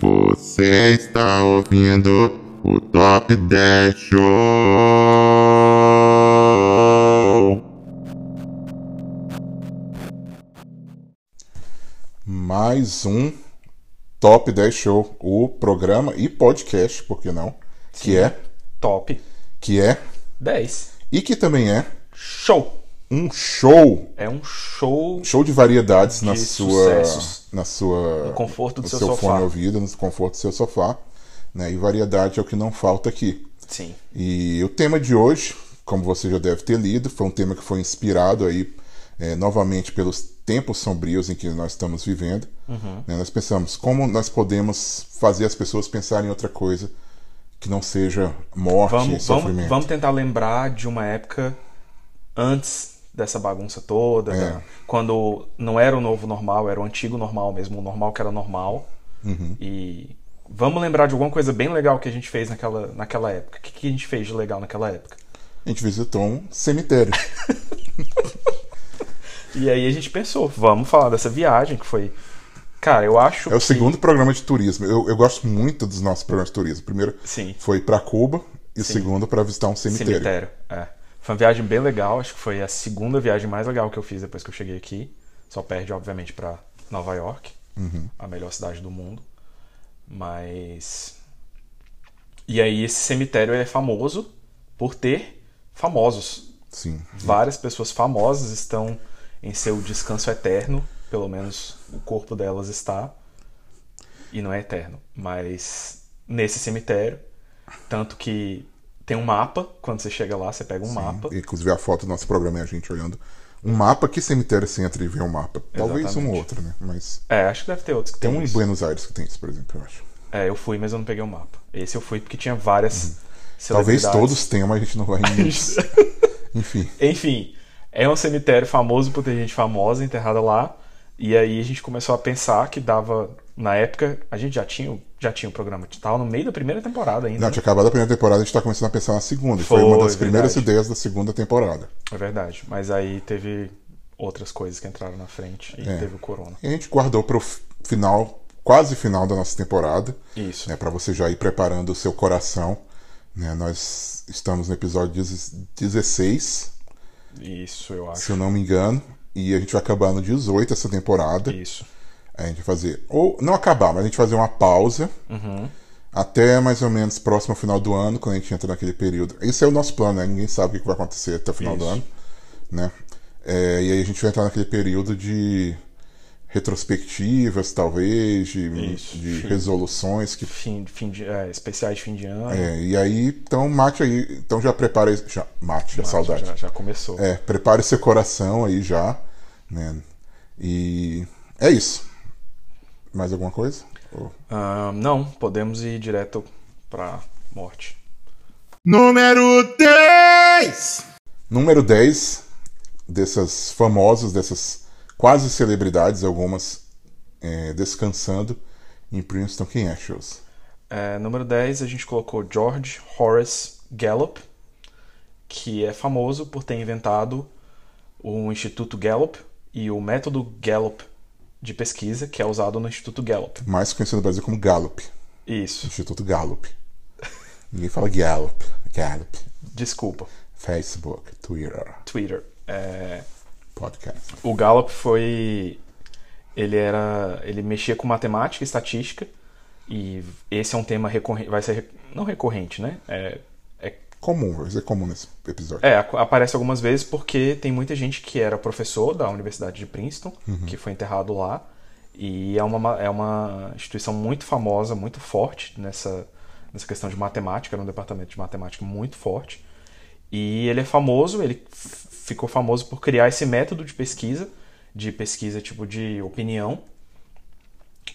Você está ouvindo o Top 10 Show. Mais um Top 10 Show, o programa e podcast, por que não? Que é, Top que é 10. e que também é Show! um show, É um show show de variedades na De sua sucessos. na sua no conforto do no seu, seu, sofá. fone ouvido, no conforto do seu sofá, né? E variedade é o que não falta aqui. Sim. E o tema de hoje, como você já deve ter lido, foi um tema que foi inspirado aí eh, novamente pelos tempos sombrios em que nós estamos vivendo. Uhum. Né, Nós pensamos como nós podemos fazer as pessoas pensarem em outra coisa que não seja morte e Vamos, vamos, sofrimento. vamos tentar lembrar de uma época antes dessa bagunça toda, É. né? quando não era o novo normal, era o antigo normal mesmo, o normal que era normal. Uhum. E vamos lembrar de alguma coisa bem legal que a gente fez naquela, naquela época. O que, que a gente fez de legal naquela época? A gente visitou um cemitério. E aí a gente pensou, vamos falar dessa viagem que foi. Cara, eu acho. É o que- segundo programa de turismo. Eu, eu gosto muito dos nossos programas de turismo. O primeiro Sim. foi para Cuba e o segundo para visitar um cemitério. Cemitério. É. Foi uma viagem bem legal, acho que foi a segunda viagem mais legal que eu fiz depois que eu cheguei aqui. Só perde, obviamente, pra Nova York, a melhor cidade do mundo. Mas. E aí, esse cemitério é famoso por ter famosos. Sim. Várias pessoas famosas estão em seu descanso eterno, pelo menos o corpo delas está. E não é eterno, mas nesse cemitério. Tanto que tem um mapa, quando você chega lá, você pega um mapa. E, Inclusive a foto do nosso programa é a gente olhando um mapa. Que cemitério você entra e vê um mapa? Talvez um Exatamente. outro, né? Mas É, acho que deve ter outros que tem tem um em isso. Buenos Aires que tem isso, por exemplo, eu acho. É, eu fui, mas eu não peguei o mapa. Esse eu fui porque tinha várias Talvez celebridades. todos tenham, mas a gente não vai em muitos. Enfim, Enfim, é um cemitério famoso por ter gente famosa enterrada lá. E aí a gente começou a pensar que dava. Na época, a gente já tinha, o- já tinha o programa de tal, no meio da primeira temporada ainda. não, né? tinha acabado a primeira temporada, a gente tá começando a pensar na segunda. e Foi, uma Foi, é das primeiras verdade. ideias da segunda temporada. É verdade. Mas aí teve outras coisas que entraram na frente e É. teve o corona. E a gente guardou pro f- final, quase final da nossa temporada, Isso. né? Para você já ir preparando o seu coração. Né? Nós estamos no episódio 16, É. Isso, eu acho. se eu não me engano. E a gente vai acabar no 18 essa temporada. Isso. A gente fazer. Ou não acabar, mas a gente fazer uma pausa. Uhum. Até mais ou menos próximo ao final do ano, quando a gente entra naquele período. Esse é o nosso plano, né? Ninguém sabe o que vai acontecer até o final do Isso. ano. Né? É, e aí a gente vai entrar naquele período de retrospectivas, talvez, de, Isso, de sim. resoluções que Fim, fim de, é, especiais de fim de ano. é, e aí, então mate aí, então já prepare, já mate, já Mas saudade. Já, já começou. É, prepare seu coração aí já, né? E é isso. Mais alguma coisa? Ou- Ah, não, podemos ir direto pra morte. Número 10. Número 10 dessas famosas, dessas quase celebridades, algumas é, descansando em Princeton. Quem é, Shows? É, número 10, a gente colocou George Horace Gallup, que é famoso por ter inventado o Instituto Gallup e o método Gallup de pesquisa, que é usado no Instituto Gallup. Mais conhecido no Brasil como Gallup, Isso, Instituto Gallup. Ninguém fala Gallup, Gallup, desculpa, Facebook, Twitter, Twitter. É, podcast. O Gallup foi. Ele era. Ele mexia com matemática e estatística. E esse é um tema recorrente. Vai ser. re- Não recorrente, né? É, é- Comum, vai ser comum nesse episódio. é, ac- aparece algumas vezes porque tem muita gente que era professor da Universidade de Princeton, que foi enterrado lá. E é uma, ma- é uma instituição muito famosa, muito forte nessa, nessa questão de matemática, era um departamento de matemática muito forte. E ele é famoso, ele f- ficou famoso por criar esse método de pesquisa, de pesquisa tipo de opinião,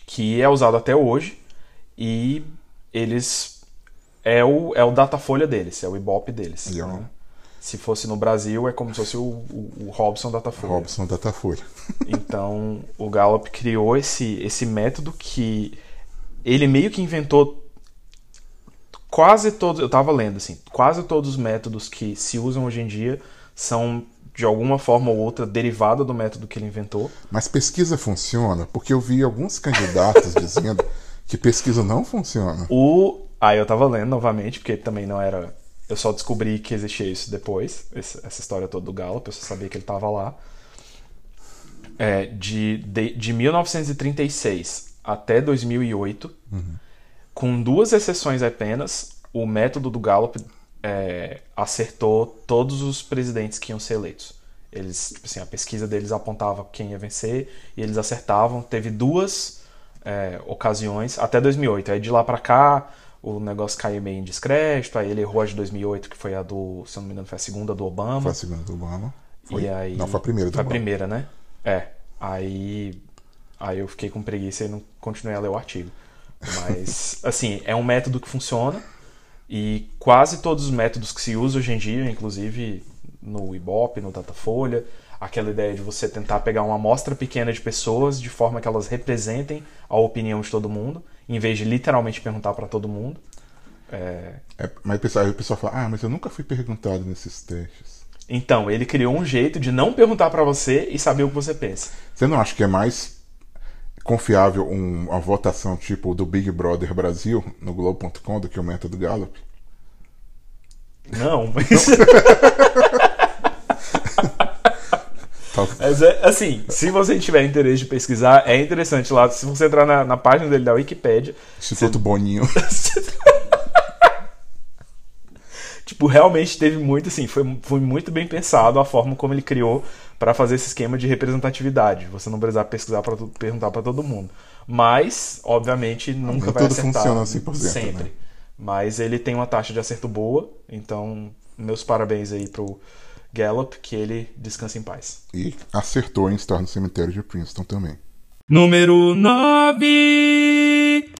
que é usado até hoje. E eles. É o, é o Datafolha deles, é o Ibope deles. E é um- né? Se fosse no Brasil, é como se fosse o, o, o Robson Datafolha. Robson Datafolha. Então, o Gallup criou esse, esse método que ele meio que inventou quase todos, eu tava lendo assim, quase todos os métodos que se usam hoje em dia são de alguma forma ou outra derivada do método que ele inventou. Mas pesquisa funciona? Porque eu vi alguns candidatos dizendo que pesquisa não funciona. O. Aí eu tava lendo novamente, porque também não era. Eu só descobri que existia isso depois, esse- essa história toda do Gallup, eu só sabia que ele tava lá. É, de, de, de 1936 até 2008, com duas exceções apenas, o método do Gallup é, acertou todos os presidentes que iam ser eleitos. Eles, tipo assim, a pesquisa deles apontava quem ia vencer e eles acertavam. Teve duas é, ocasiões até 2008. Aí de lá pra cá o negócio caiu meio em descrédito. Aí ele errou a de 2008, que foi a do, se eu não me engano, foi a segunda do Obama. Foi a segunda do Obama. Foi. E aí- Não, foi a primeira do Foi a Obama. primeira, né? É. Aí. Aí eu fiquei com preguiça e não continuei a ler o artigo. Mas, assim, é um método que funciona. E quase todos os métodos que se usa hoje em dia, inclusive no Ibope, no Datafolha, aquela ideia de você tentar pegar uma amostra pequena de pessoas de forma que elas representem a opinião de todo mundo, em vez de literalmente perguntar para todo mundo. É, É, mas o pessoal, aí o pessoal fala, ah, mas eu nunca fui perguntado nesses testes. Então, ele criou um jeito de não perguntar para você e saber o que você pensa. Você não acha que é mais confiável um- uma votação tipo do Big Brother Brasil no Globo.com do que o método Gallup? Não, mas, Tal- mas é, assim, se você tiver interesse de pesquisar, é interessante lá. Se você entrar na, na página dele da Wikipédia, Instituto Boninho. tipo, realmente teve muito, assim, foi, foi muito bem pensado a forma como ele criou para fazer esse esquema de representatividade. Você não precisar pesquisar para perguntar para todo mundo. Mas, obviamente, nunca nem vai tudo acertar funciona 100%, sempre. né? Mas ele tem uma taxa de acerto boa, então meus parabéns aí pro Gallup, que ele descansa em paz. E acertou em estar no cemitério de Princeton também. Número 9.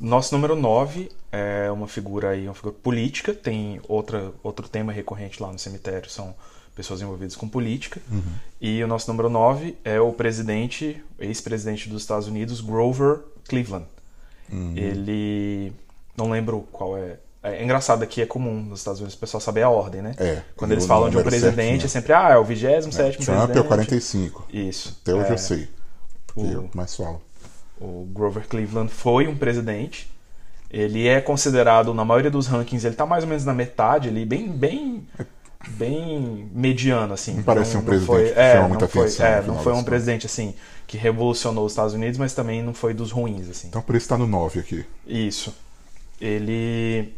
Nosso número 9 é uma figura aí, uma figura política, tem outra, outro tema recorrente lá no cemitério, são pessoas envolvidas com política. Uhum. E o nosso número 9 é o presidente, ex-presidente dos Estados Unidos, Grover Cleveland. Uhum. Ele. Não lembro qual é. É engraçado aqui, é comum nos Estados Unidos o pessoal saber a ordem, né? É, Quando eles o falam de um número presidente, certinho. é sempre, ah, é o 27 sétimo Trump é presidente. o 45. Isso. Até hoje é, eu sei. o- Eu mais falo. o Grover Cleveland foi um presidente. Ele é considerado, na maioria dos rankings, ele tá mais ou menos na metade ali, bem, bem, bem mediano, assim. Não parece um presidente foi- que é, chama não muita foi, atenção, é, no não final foi um das presidente, assim, que revolucionou os Estados Unidos, mas também não foi dos ruins, assim. Então por isso tá no 9 aqui. Isso. Ele...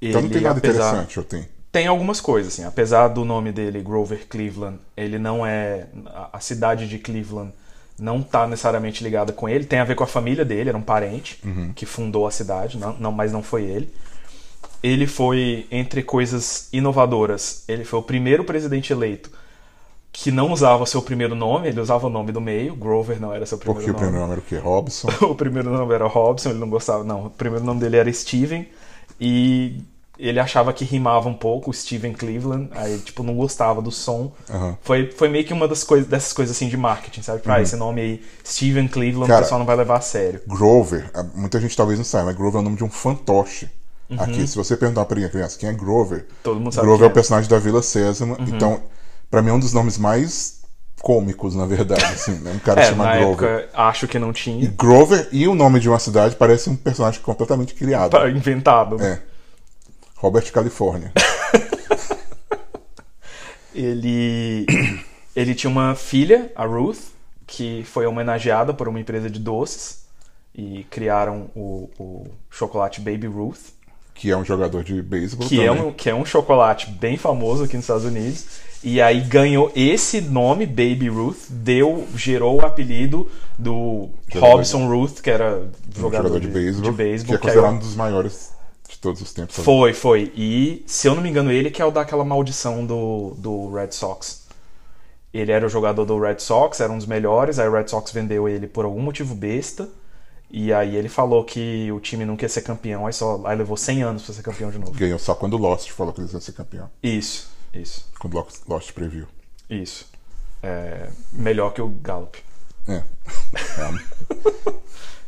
Então não ele, tem nada apesar- interessante, eu tenho. tem algumas coisas, assim. Apesar do nome dele, Grover Cleveland, ele não é. a- A cidade de Cleveland não tá necessariamente ligada com ele. Tem a ver com a família dele, era um parente Uhum. que fundou a cidade, não, não, mas não foi ele. Ele foi, entre coisas inovadoras, ele foi o primeiro presidente eleito que não usava seu primeiro nome, ele usava o nome do meio. Grover não era seu primeiro Porque o nome. primeiro nome era o quê? Robson. O primeiro nome era Robson, ele não gostava, não. O primeiro nome dele era Steven e ele achava que rimava um pouco, Steven Cleveland, aí tipo não gostava do som. Aham. Uhum. Foi, foi meio que uma das coisas dessas coisas assim de marketing, sabe? Ah, esse nome aí, Steven Cleveland, Cara, o pessoal não vai levar a sério. Grover, ah, muita gente talvez não saiba, mas Grover é o nome de um fantoche. Aqui, se você perguntar pra criança quem é Grover, Uhum. Todo mundo sabe Grover é o quem é. Uhum. personagem da Vila Sésamo. Então, pra mim é um dos nomes mais cômicos, na verdade, assim, né? Um cara que É, chama na Grover. época acho que não Uhum. tinha, Grover e o nome de uma cidade parece um personagem completamente criado. Pra- inventado. né? É. Robert California. Ele ele tinha uma filha, a Ruth, que foi homenageada por uma empresa de doces e criaram o, o chocolate Baby Ruth. que é um jogador de beisebol que também. é, um, que é um chocolate bem famoso aqui nos Estados Unidos. E aí ganhou esse nome, Baby Ruth, deu, gerou o apelido do Jogador Robson Ruth, que era um jogador, jogador de, de, beisebol, de que é beisebol, que aí- considerado um dos maiores de todos os tempos. foi, foi. E, se eu não me engano, ele que é o daquela maldição do, do Red Sox. Ele era o jogador do Red Sox, era um dos melhores, aí o Red Sox vendeu ele por algum motivo besta. E aí ele falou que o time nunca ia ser campeão, aí só aí levou 100 anos pra ser campeão de novo. Ganhou só quando o Lost falou que eles iam ser campeão. Isso, isso. Quando o Lost previu. Isso. É, melhor que o Gallup. É.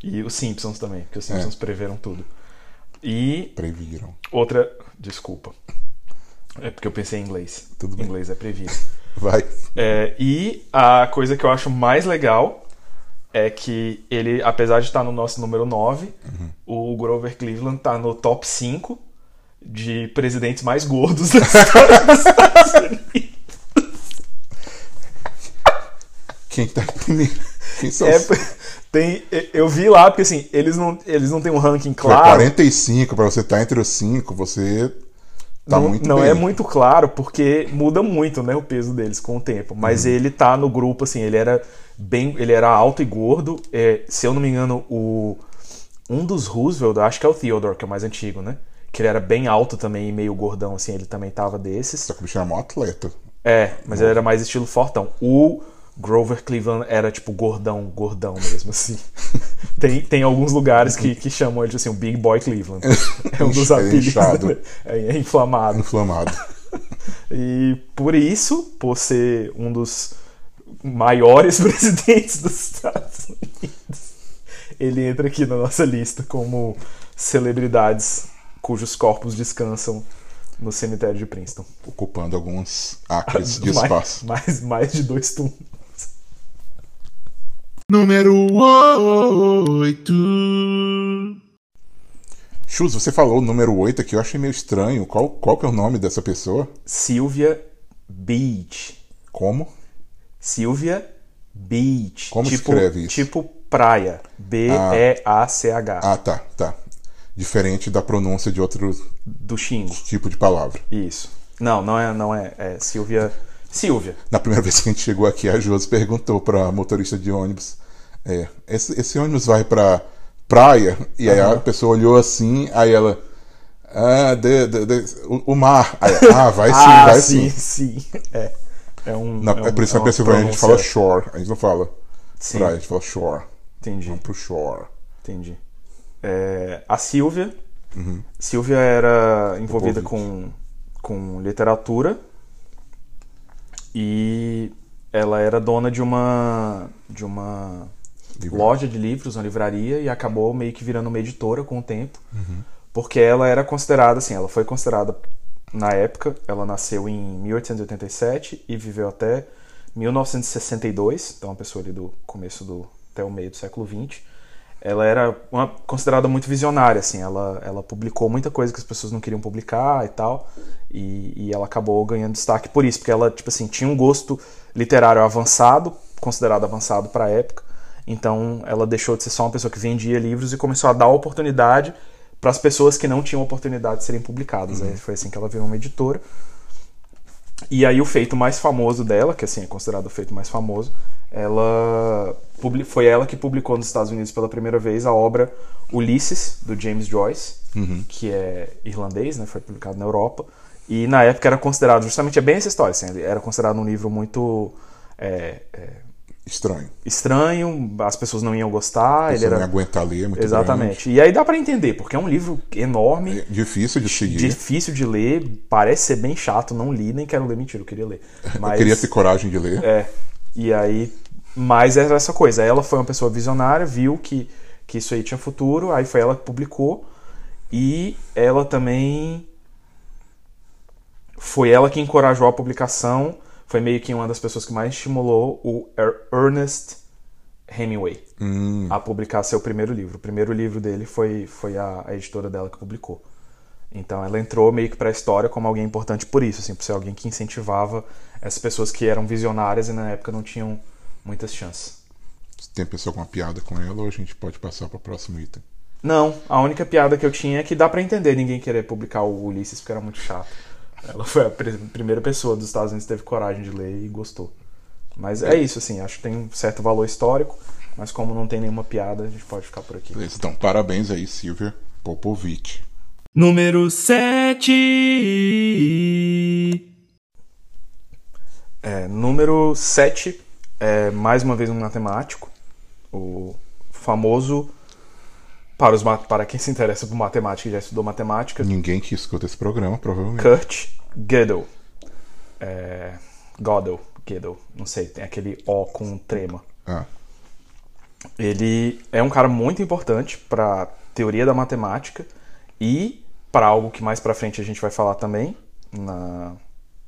E os Simpsons também, porque É. os Simpsons preveram tudo. E Previram. outra. Desculpa. É porque eu pensei em inglês. Tudo bem. Inglês é previsto. Vai. É, e a coisa que eu acho mais legal é que ele, apesar de estar no nosso número 9, Uhum. o Grover Cleveland tá no top 5 de presidentes mais gordos da história dos Estados Unidos. Quem tá em primeiro? Quem são É, os- tem, eu vi lá, porque assim, eles não, eles não têm um ranking Pô, claro. 45, pra você estar entre os 5, você tá não muito não bem. é muito claro, porque muda muito, né, o peso deles com o tempo. Uhum. Mas ele tá no grupo, assim, ele era bem. Ele era alto e gordo. É, se eu não me engano, o. Um dos Roosevelt, acho que é o Theodore, que é o mais antigo, né? Que ele era bem alto também e meio gordão, assim, ele também tava desses. Só que o bicho era mó atleta. É, mas ele era mais estilo fortão. O Grover Cleveland era, tipo, gordão, gordão mesmo, assim. tem, tem alguns lugares que, que chamam ele de, assim, o Big Boy Cleveland. É um dos Ele é apelidos. Uhum. inchado. dele. É, é inflamado. tá Inflamado. E por isso, por ser um dos maiores presidentes dos Estados Unidos, ele entra aqui na nossa lista como celebridades cujos corpos descansam no cemitério de Princeton. ocupando alguns acres de mais, espaço. mais, mais de dois túmulos. Número 8. Chus, você falou o número 8 aqui, eu achei meio estranho. Qual, qual que é o nome dessa pessoa? Sylvia Beach. Como? Sylvia Beach. Como tipo, escreve isso? Tipo praia. B-E-A-C-H. Ah, tá, tá. Diferente da pronúncia de outro Do Xingo. tipo de palavra. Isso. Não, não é, não é. É Silvia. Silvia. Na primeira vez que a gente chegou aqui, a Josi perguntou pra motorista de ônibus: é, esse, esse ônibus vai pra praia? E aí a pessoa olhou assim, aí ela. Ah, de, de- de- o, o mar. Aí, ah, vai sim, vai sim. sim, sim. É. É um. Na, é um, é por isso que é na uma Pensilvânia a gente fala pronúncia- shore, a gente não fala Sim, praia, a gente fala shore. entendi, pro shore. entendi. É, a Silvia. Silvia era envolvida com, com literatura. E ela era dona de uma. de uma loja de livros, uma livraria, e acabou meio que virando uma editora com o tempo. Porque ela era considerada, assim, ela foi considerada na época, ela nasceu em 1887 e viveu até 1962, então uma pessoa ali do começo do até o meio do século XX. Ela era uma, considerada muito visionária, assim, ela, ela publicou muita coisa que as pessoas não queriam publicar e tal, e, e ela acabou ganhando destaque por isso, porque ela, tipo assim, tinha um gosto literário avançado, considerado avançado para a época, então ela deixou de ser só uma pessoa que vendia livros e começou a dar oportunidade para as pessoas que não tinham oportunidade de serem publicadas. Aí foi assim que ela virou uma editora. E aí o feito mais famoso dela, que assim é considerado o feito mais famoso, ela publi- foi ela que publicou nos Estados Unidos pela primeira vez a obra Ulisses do James Joyce, que é irlandês, né? Foi publicado na Europa e na época era considerado justamente é bem essa história, assim, era considerado um livro muito é, é, Estranho. estranho, as pessoas não iam gostar, Você ele não ia era aguentar ler, é muito Exatamente. E aí dá pra entender, porque é um livro enorme, grande. É Difícil de seguir. difícil de ler, parece ser bem chato, não li, nem quero ler, mentira, eu queria ler. Mas, Eu queria ter coragem de ler. É. E aí, mas era essa coisa, ela foi uma pessoa visionária, viu que, que isso aí tinha futuro, aí foi ela que publicou, e ela também foi ela que encorajou a publicação, foi meio que uma das pessoas que mais estimulou o Er- Ernest Hemingway a publicar seu primeiro livro. O primeiro livro dele foi, foi a, a editora dela que publicou. Então ela entrou meio que pra história como alguém importante por isso, assim, por ser alguém que incentivava essas pessoas que eram visionárias e na época não tinham muitas chances. Se tem pessoa com uma piada com ela, ou a gente pode passar para o próximo item. Não, a única piada que eu tinha é que dá pra entender ninguém querer publicar o Ulisses porque era muito chato. Ela foi a pri- primeira pessoa dos Estados Unidos que teve coragem de ler e gostou. Mas é isso, assim, acho que tem um certo valor histórico, mas como não tem nenhuma piada, a gente pode ficar por aqui. Beleza, então parabéns aí, Silvia Popovic. número 7. É, número 7 é mais uma vez um matemático, o famoso para os ma- para quem se interessa por matemática e já estudou matemática, Ninguém que escuta esse programa, provavelmente. Kurt Gödel. É, Gödel, Gödel, não sei, tem aquele O com trema. Ah, Ele é um cara muito importante para teoria da matemática e para algo que mais para frente a gente vai falar também, na-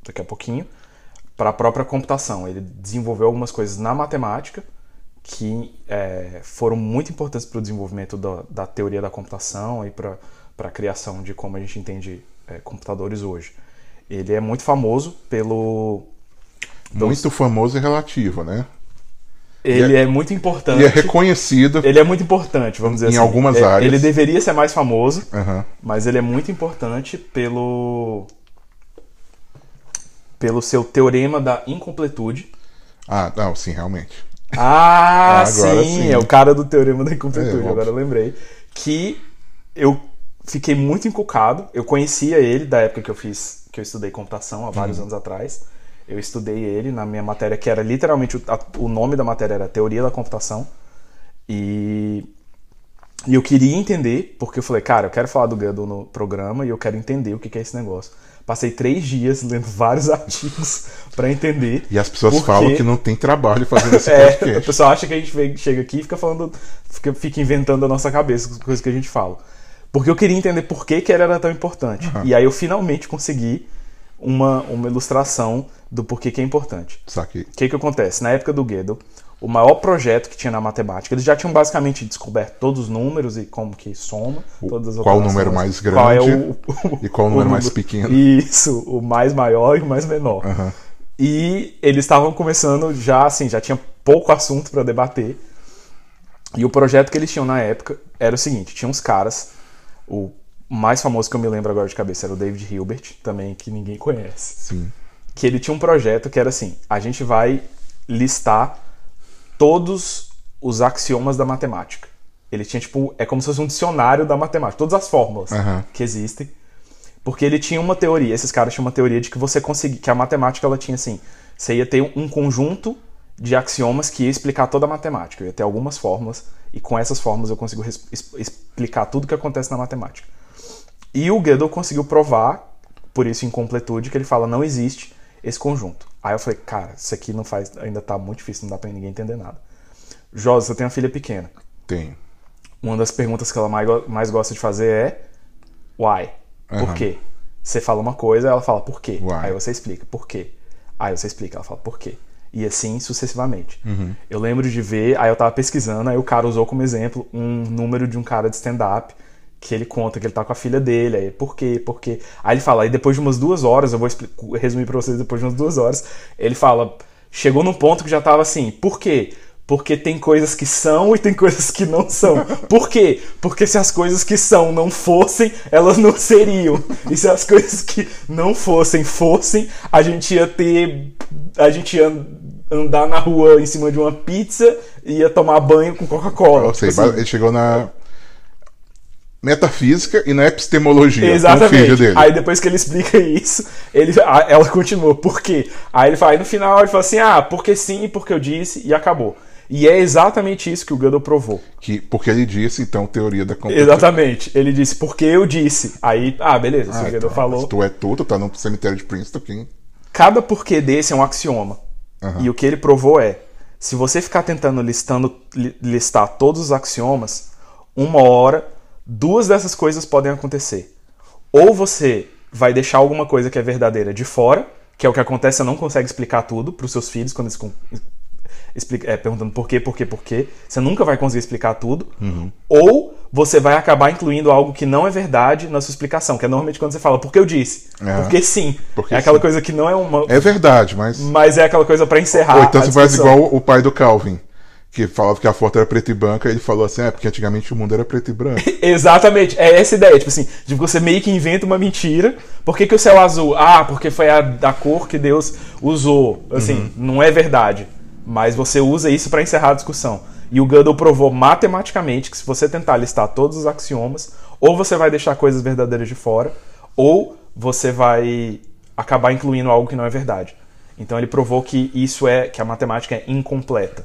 daqui a pouquinho, para a própria computação. Ele desenvolveu algumas coisas na matemática que é, foram muito importantes para o desenvolvimento da, da teoria da computação e para a criação de como a gente entende é, computadores hoje. Ele é muito famoso pelo. Então Muito famoso e relativo, né? Ele é, muito importante. E é reconhecido. Ele é muito importante, vamos dizer Em assim. algumas É, áreas. Ele deveria ser mais famoso, Aham. mas ele é muito importante pelo. pelo seu teorema da incompletude. Ah, não, sim, realmente. Ah, Agora sim, sim. é o cara do teorema da incompletude, É, óbvio. agora eu lembrei. Que eu fiquei muito encucado. Eu conhecia ele da época que eu fiz, que eu estudei computação há Uhum. vários anos atrás. Eu estudei ele na minha matéria, que era literalmente o, a- o nome da matéria era Teoria da Computação. E, e eu queria entender, porque eu falei, cara, eu quero falar do Gandalf no programa e eu quero entender o que que é esse negócio. Passei três dias lendo vários artigos para entender. E as pessoas por falam quê. que não tem trabalho fazendo esse É, o podcast. pessoal acha que a gente vem- chega aqui e fica falando, fica, fica inventando a nossa cabeça as coisas que a gente fala. Porque eu queria entender por que, que ele era tão importante. E aí eu finalmente consegui uma, uma ilustração do porquê que é importante. Saquei. O que, que acontece? Na época do Gödel, o maior projeto que tinha na matemática, eles já tinham basicamente descoberto todos os números e como que soma, todas as qual o operações, número mais qual é grande o, o- e qual o número mais pequeno. Isso, o mais maior e o mais menor. Aham. E eles estavam começando já, assim, já tinha pouco assunto para debater. E o projeto que eles tinham na época era o seguinte: tinha uns caras, o mais famoso que eu me lembro agora de cabeça era o David Hilbert, também que ninguém conhece Sim. que ele tinha um projeto que era assim: a gente vai listar todos os axiomas da matemática. Ele tinha tipo, é como se fosse um dicionário da matemática, todas as fórmulas Aham. que existem. Porque ele tinha uma teoria, esses caras tinham uma teoria de que você conseguia, que a matemática ela tinha assim, você ia ter um conjunto de axiomas que ia explicar toda a matemática, eu ia ter algumas fórmulas e com essas fórmulas eu consigo res- es- explicar tudo o que acontece na matemática. E o Gödel conseguiu provar, por isso incompletude, que ele fala não existe esse conjunto. Aí eu falei, cara, isso aqui não faz, ainda tá muito difícil, não dá pra ninguém entender nada. Josi, eu tenho uma filha pequena. Tenho. Uma das perguntas que ela mais, go- mais gosta de fazer é why? Por Aham. quê? Você fala uma coisa, ela fala por quê? Why? Aí você explica por quê. Aí você explica, ela fala por quê. E assim sucessivamente. Uhum. Eu lembro de ver, aí eu tava pesquisando, aí o cara usou como exemplo um número de um cara de stand-up que ele conta que ele tá com a filha dele, aí por quê, por quê. Aí ele fala, aí depois de umas duas horas, eu vou expli- resumir pra vocês depois de umas duas horas, ele fala, chegou num ponto que já tava assim, por quê? Porque tem coisas que são e tem coisas que não são. Por quê? Porque se as coisas que são não fossem, elas não seriam. E se as coisas que não fossem fossem, a gente ia ter. A gente ia andar na rua em cima de uma pizza e ia tomar banho com Coca-Cola. Ou Tipo seja, assim, ele chegou na metafísica e na epistemologia com o um filho Exatamente. dele. Aí depois que ele explica isso, ele, a- ela continua. Por quê? Aí ele fala, aí no final ele fala assim: ah, porque sim, porque eu disse, e acabou. E é exatamente isso que o Gödel provou. Que, porque ele disse, então, teoria da computação. Exatamente. Ele disse, porque eu disse. Aí, ah, beleza, se o Guedel então, falou. se Tu é tudo, tá no cemitério de Princeton, quem? Cada porquê desse é um axioma. E o que ele provou é: se você ficar tentando listando, li- listar todos os axiomas, uma hora, duas dessas coisas podem acontecer. Ou você vai deixar alguma coisa que é verdadeira de fora, que é o que acontece, você não consegue explicar tudo para os seus filhos quando eles com- explica- é, perguntando por quê, por quê, por quê. Você nunca vai conseguir explicar tudo. Ou você vai acabar incluindo algo que não é verdade na sua explicação, que é normalmente quando você fala, porque eu disse, Aham. porque sim. Porque é aquela sim. coisa que não é uma. É verdade, mas... Mas é aquela coisa pra encerrar. Ou então a você faz discussão. igual o pai do Calvin, que falava que a foto era preta e branca, e ele falou assim, é, porque antigamente o mundo era preto e branco. Exatamente, é essa ideia, tipo assim, de você meio que inventa uma mentira. Por que, que o céu é azul? Ah, porque foi a da cor que Deus usou. Assim, Uhum. não é verdade. Mas você usa isso pra encerrar a discussão. E o Gödel provou matematicamente que se você tentar listar todos os axiomas, ou você vai deixar coisas verdadeiras de fora, ou você vai acabar incluindo algo que não é verdade. Então ele provou que isso é que a matemática é incompleta.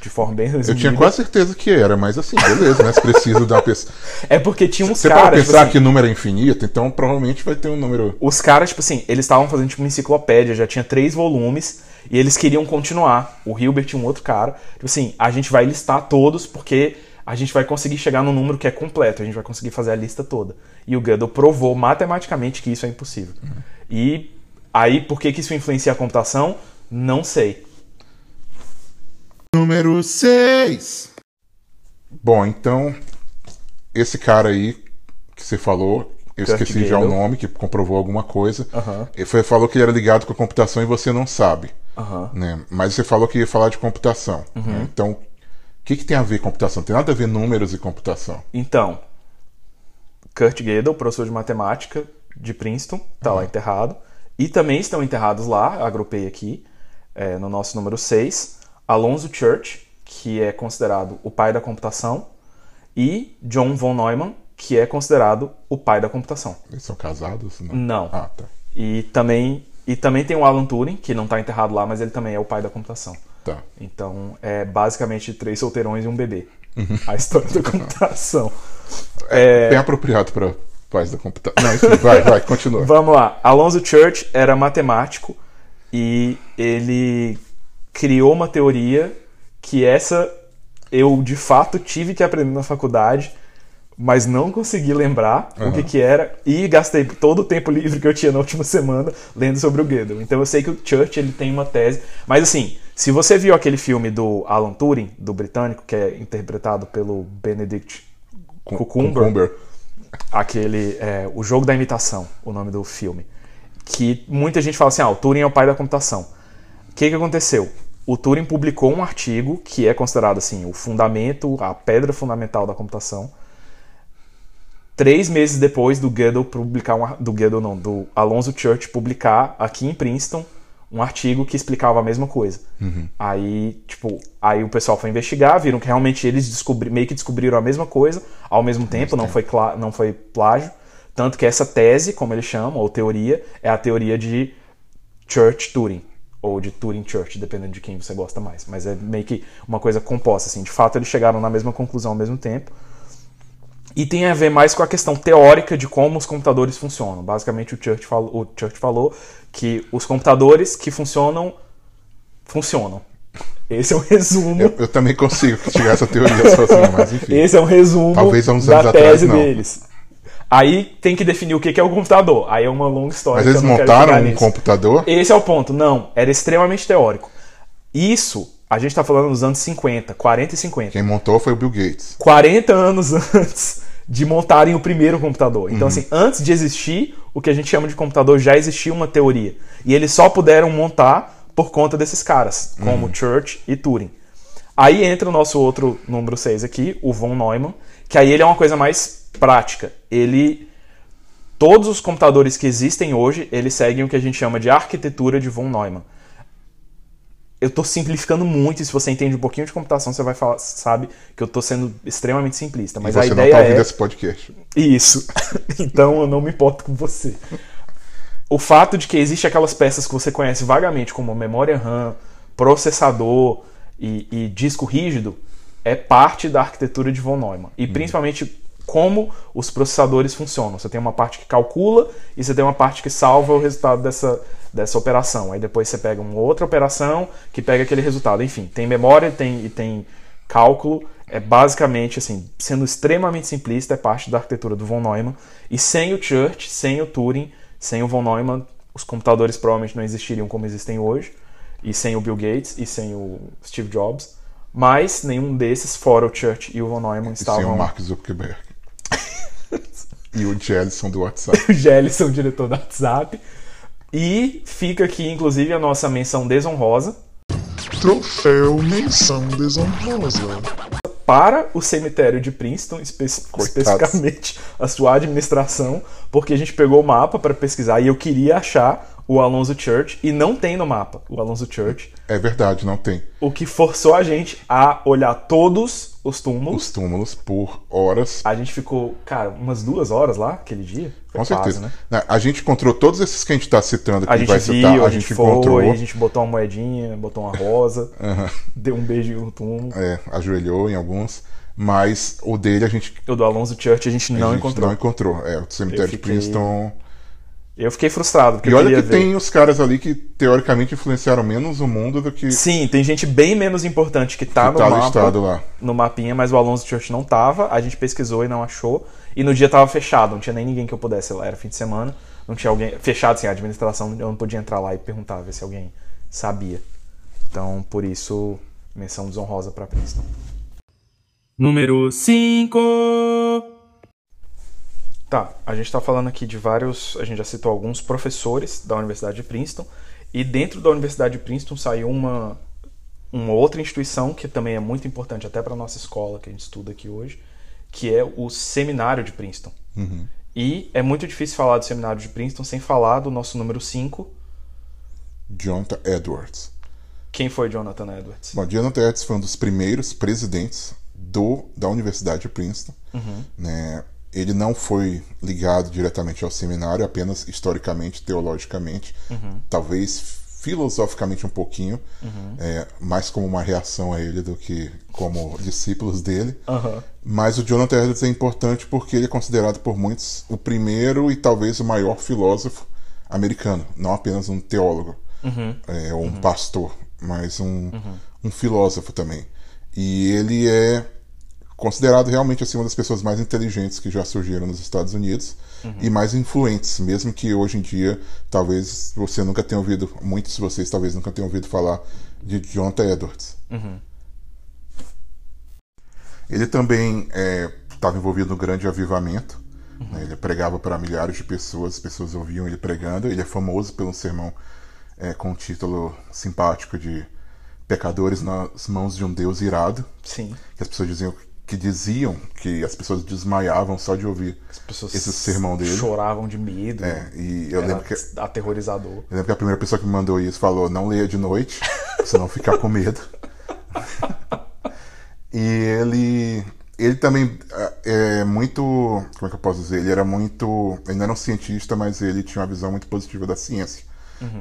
De forma bem resumida. Eu tinha quase certeza que era, mas assim, beleza, né? Se precisa dar uma pessoa. É porque tinha uns Você pode caras. tipo pensar assim, que número é infinito, então provavelmente vai ter um número. Os caras, tipo assim, eles estavam fazendo tipo uma enciclopédia, já tinha três volumes, e eles queriam continuar. O Hilbert e um outro cara. Tipo assim, a gente vai listar todos, porque a gente vai conseguir chegar num número que é completo, a gente vai conseguir fazer a lista toda. E o Gödel provou matematicamente que isso é impossível. E aí, por que, que isso influencia a computação? Não sei. Número 6. Bom, então, esse cara aí que você falou, eu Kurt esqueci já o Gödel. nome, que comprovou alguma coisa. Aham. Ele foi- falou que ele era ligado com a computação e você não sabe. Aham. né? Mas você falou que ia falar de computação. né? Então, o que, que tem a ver computação? Tem nada a ver números e computação. Então, Kurt Gödel, professor de matemática de Princeton, está lá enterrado. E também estão enterrados lá, agrupei aqui, é, no nosso número 6, Alonso Church, que é considerado o pai da computação, e John von Neumann, que é considerado o pai da computação. Eles são casados? Não. Não. Ah, tá. E também, e também tem o Alan Turing, que não está enterrado lá, mas ele também é o pai da computação. Tá. Então, é basicamente três solteirões e um bebê. A história da computação. É Bem apropriado para pais da computação. Não, enfim, vai, vai, continua. Vamos lá. Alonso Church era matemático e ele criou uma teoria que essa eu de fato tive que aprender na faculdade, mas não consegui lembrar o que, que era e gastei todo o tempo livre que eu tinha na última semana lendo sobre o Gödel. Então eu sei que o Church ele tem uma tese, mas assim, se você viu aquele filme do Alan Turing, do britânico, que é interpretado pelo Benedict Com- Cucumber, Cucumber. aquele é, o jogo da imitação, o nome do filme, que muita gente fala assim, ah, o Turing é o pai da computação. O que que aconteceu? O Turing publicou um artigo que é considerado assim o fundamento, a pedra fundamental da computação. Três meses depois do Gödel publicar um, ar- do Gödel não, do Alonso Church publicar aqui em Princeton um artigo que explicava a mesma coisa. Aí, tipo, aí o pessoal foi investigar, viram que realmente eles descobri, meio que descobriram a mesma coisa ao mesmo tempo, não foi cla- não foi plágio, tanto que essa tese, como eles chamam, ou teoria, é a teoria de Church Turing ou de Turing Church, dependendo de quem você gosta mais, mas é meio que uma coisa composta assim. De fato, eles chegaram na mesma conclusão ao mesmo tempo. E tem a ver mais com a questão teórica de como os computadores funcionam. Basicamente, o Church falou, o Church falou que os computadores que funcionam funcionam. Esse é um resumo. Eu, eu também consigo tirar essa teoria sozinho, mas enfim. Esse é um resumo Talvez há uns da anos atrás, tese não. deles. Aí tem que definir o que que é o computador. Aí é uma longa história. Mas que eles eu não quero montaram chegar um nisso. computador? Esse é o ponto. Não, era extremamente teórico. Isso, a gente tá falando nos anos 50, 40 e 50. Quem montou foi o Bill Gates. 40 anos antes de montarem o primeiro computador. Então, assim, antes de existir o que a gente chama de computador, já existia uma teoria. E eles só puderam montar por conta desses caras, como Church e Turing. Aí entra o nosso outro número 6 aqui, o von Neumann, que aí ele é uma coisa mais prática. Ele todos os computadores que existem hoje, eles seguem o que a gente chama de arquitetura de von Neumann eu tô simplificando muito, e se você entende um pouquinho de computação, você vai falar, sabe que eu tô sendo extremamente simplista, mas e a você não ideia tá ouvindo é esse podcast. isso. então eu não me importo com você. O fato de que existe aquelas peças que você conhece vagamente, como memória RAM, processador e, e disco rígido, é parte da arquitetura de von Neumann. E principalmente como os processadores funcionam. Você tem uma parte que calcula e você tem uma parte que salva o resultado dessa, dessa operação. Aí depois você pega uma outra operação que pega aquele resultado. Enfim, tem memória tem, e tem cálculo é basicamente assim, sendo extremamente simplista, é parte da arquitetura do von Neumann. E sem o Church, sem o Turing, sem o von Neumann, os computadores provavelmente não existiriam como existem hoje. E sem o Bill Gates e sem o Steve Jobs. Mas nenhum desses, fora o Church e o von Neumann, Sim, o estavam. Mark Zuckerberg. e o Jellison do WhatsApp. o Jellison, diretor do WhatsApp. E fica aqui, inclusive, a nossa menção desonrosa Troféu Menção Desonrosa. para o cemitério de Princeton, espe- especificamente a sua administração, porque a gente pegou o mapa para pesquisar e eu queria achar o Alonso Church e não tem no mapa o Alonso Church, É verdade, não tem. o que forçou a gente a olhar todos os túmulos. Os túmulos por horas. A gente ficou, cara, umas duas horas lá aquele dia. Foi Com quase, certeza. né? Na- A gente encontrou todos esses que a gente tá citando aqui, A gente vai citar, viu, a gente, foi, encontrou, a gente botou uma moedinha, botou uma rosa, deu um beijinho no túmulo. é, ajoelhou em alguns, mas o dele a gente, O do Alonso Church a gente a não gente encontrou. não encontrou. É, o cemitério Eu de fiquei- Princeton. Eu fiquei frustrado, porque E eu olha queria que ver. tem os caras ali que teoricamente influenciaram menos o mundo do que Sim, tem gente bem menos importante que tá, no tá mapa, listado lá. no mapinha, mas o Alonso Church não tava. A gente pesquisou e não achou. E no dia tava fechado, não tinha nem ninguém que eu pudesse lá, era fim de semana. Não tinha alguém. Fechado, assim, a administração eu não podia entrar lá e perguntar, ver se alguém sabia. Então, por isso, menção desonrosa para Princeton. Número 5. Tá, a gente está falando aqui de vários, a gente já citou alguns professores da Universidade de Princeton, e dentro da Universidade de Princeton saiu uma, uma outra instituição que também é muito importante até para nossa escola que a gente estuda aqui hoje, que é o Seminário de Princeton. Uhum. E é muito difícil falar do Seminário de Princeton sem falar do nosso número 5, Jonathan Edwards. quem foi Jonathan Edwards. Bom, Jonathan Edwards foi um dos primeiros presidentes do, da Universidade de Princeton. Uhum. né? Ele não foi ligado diretamente ao seminário, apenas historicamente, teologicamente, Uhum. talvez filosoficamente um pouquinho, é, mais como uma reação a ele do que como discípulos dele. Mas o Jonathan Edwards é importante porque ele é considerado por muitos o primeiro e talvez o maior filósofo americano, não apenas um teólogo é, ou um pastor, mas um, um filósofo também. E ele é considerado realmente assim, uma das pessoas mais inteligentes que já surgiram nos Estados Unidos e mais influentes, mesmo que hoje em dia talvez você nunca tenha ouvido, muitos de vocês talvez nunca tenham ouvido falar de Jonathan Edwards. Ele também estava envolvido no grande avivamento. Uhum. né? Ele pregava para milhares de pessoas, as pessoas ouviam ele pregando. Ele é famoso pelo sermão é, com o título simpático de Pecadores nas mãos de um Deus irado. Sim, Que as pessoas diziam que diziam que as pessoas desmaiavam só de ouvir as pessoas esse é sermão dele. choravam de medo, É, e eu era lembro que eu aterrorizador. lembro que a primeira pessoa que me mandou isso falou: "Não leia de noite, pra você não ficar com medo". E ele ele também ah, é muito, como é que eu posso dizer? Ele era muito, ele não era um cientista, mas ele tinha uma visão muito positiva da ciência.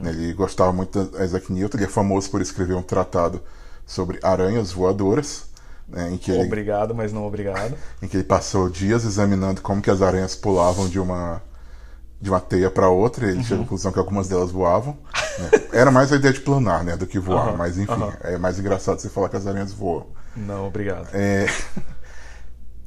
Ele gostava muito da Isaac Newton, ele é famoso por escrever um tratado sobre aranhas voadoras, né, em que ele Obrigado, mas não obrigado. em que ele passou dias examinando como que as aranhas pulavam de uma de uma teia para outra, e ele Uhum. chegou à conclusão que algumas delas voavam. né? Era mais a ideia de planar, né, do que voar, Aham, mas enfim, aham. é mais engraçado você falar que as aranhas voam. Não, obrigado. É,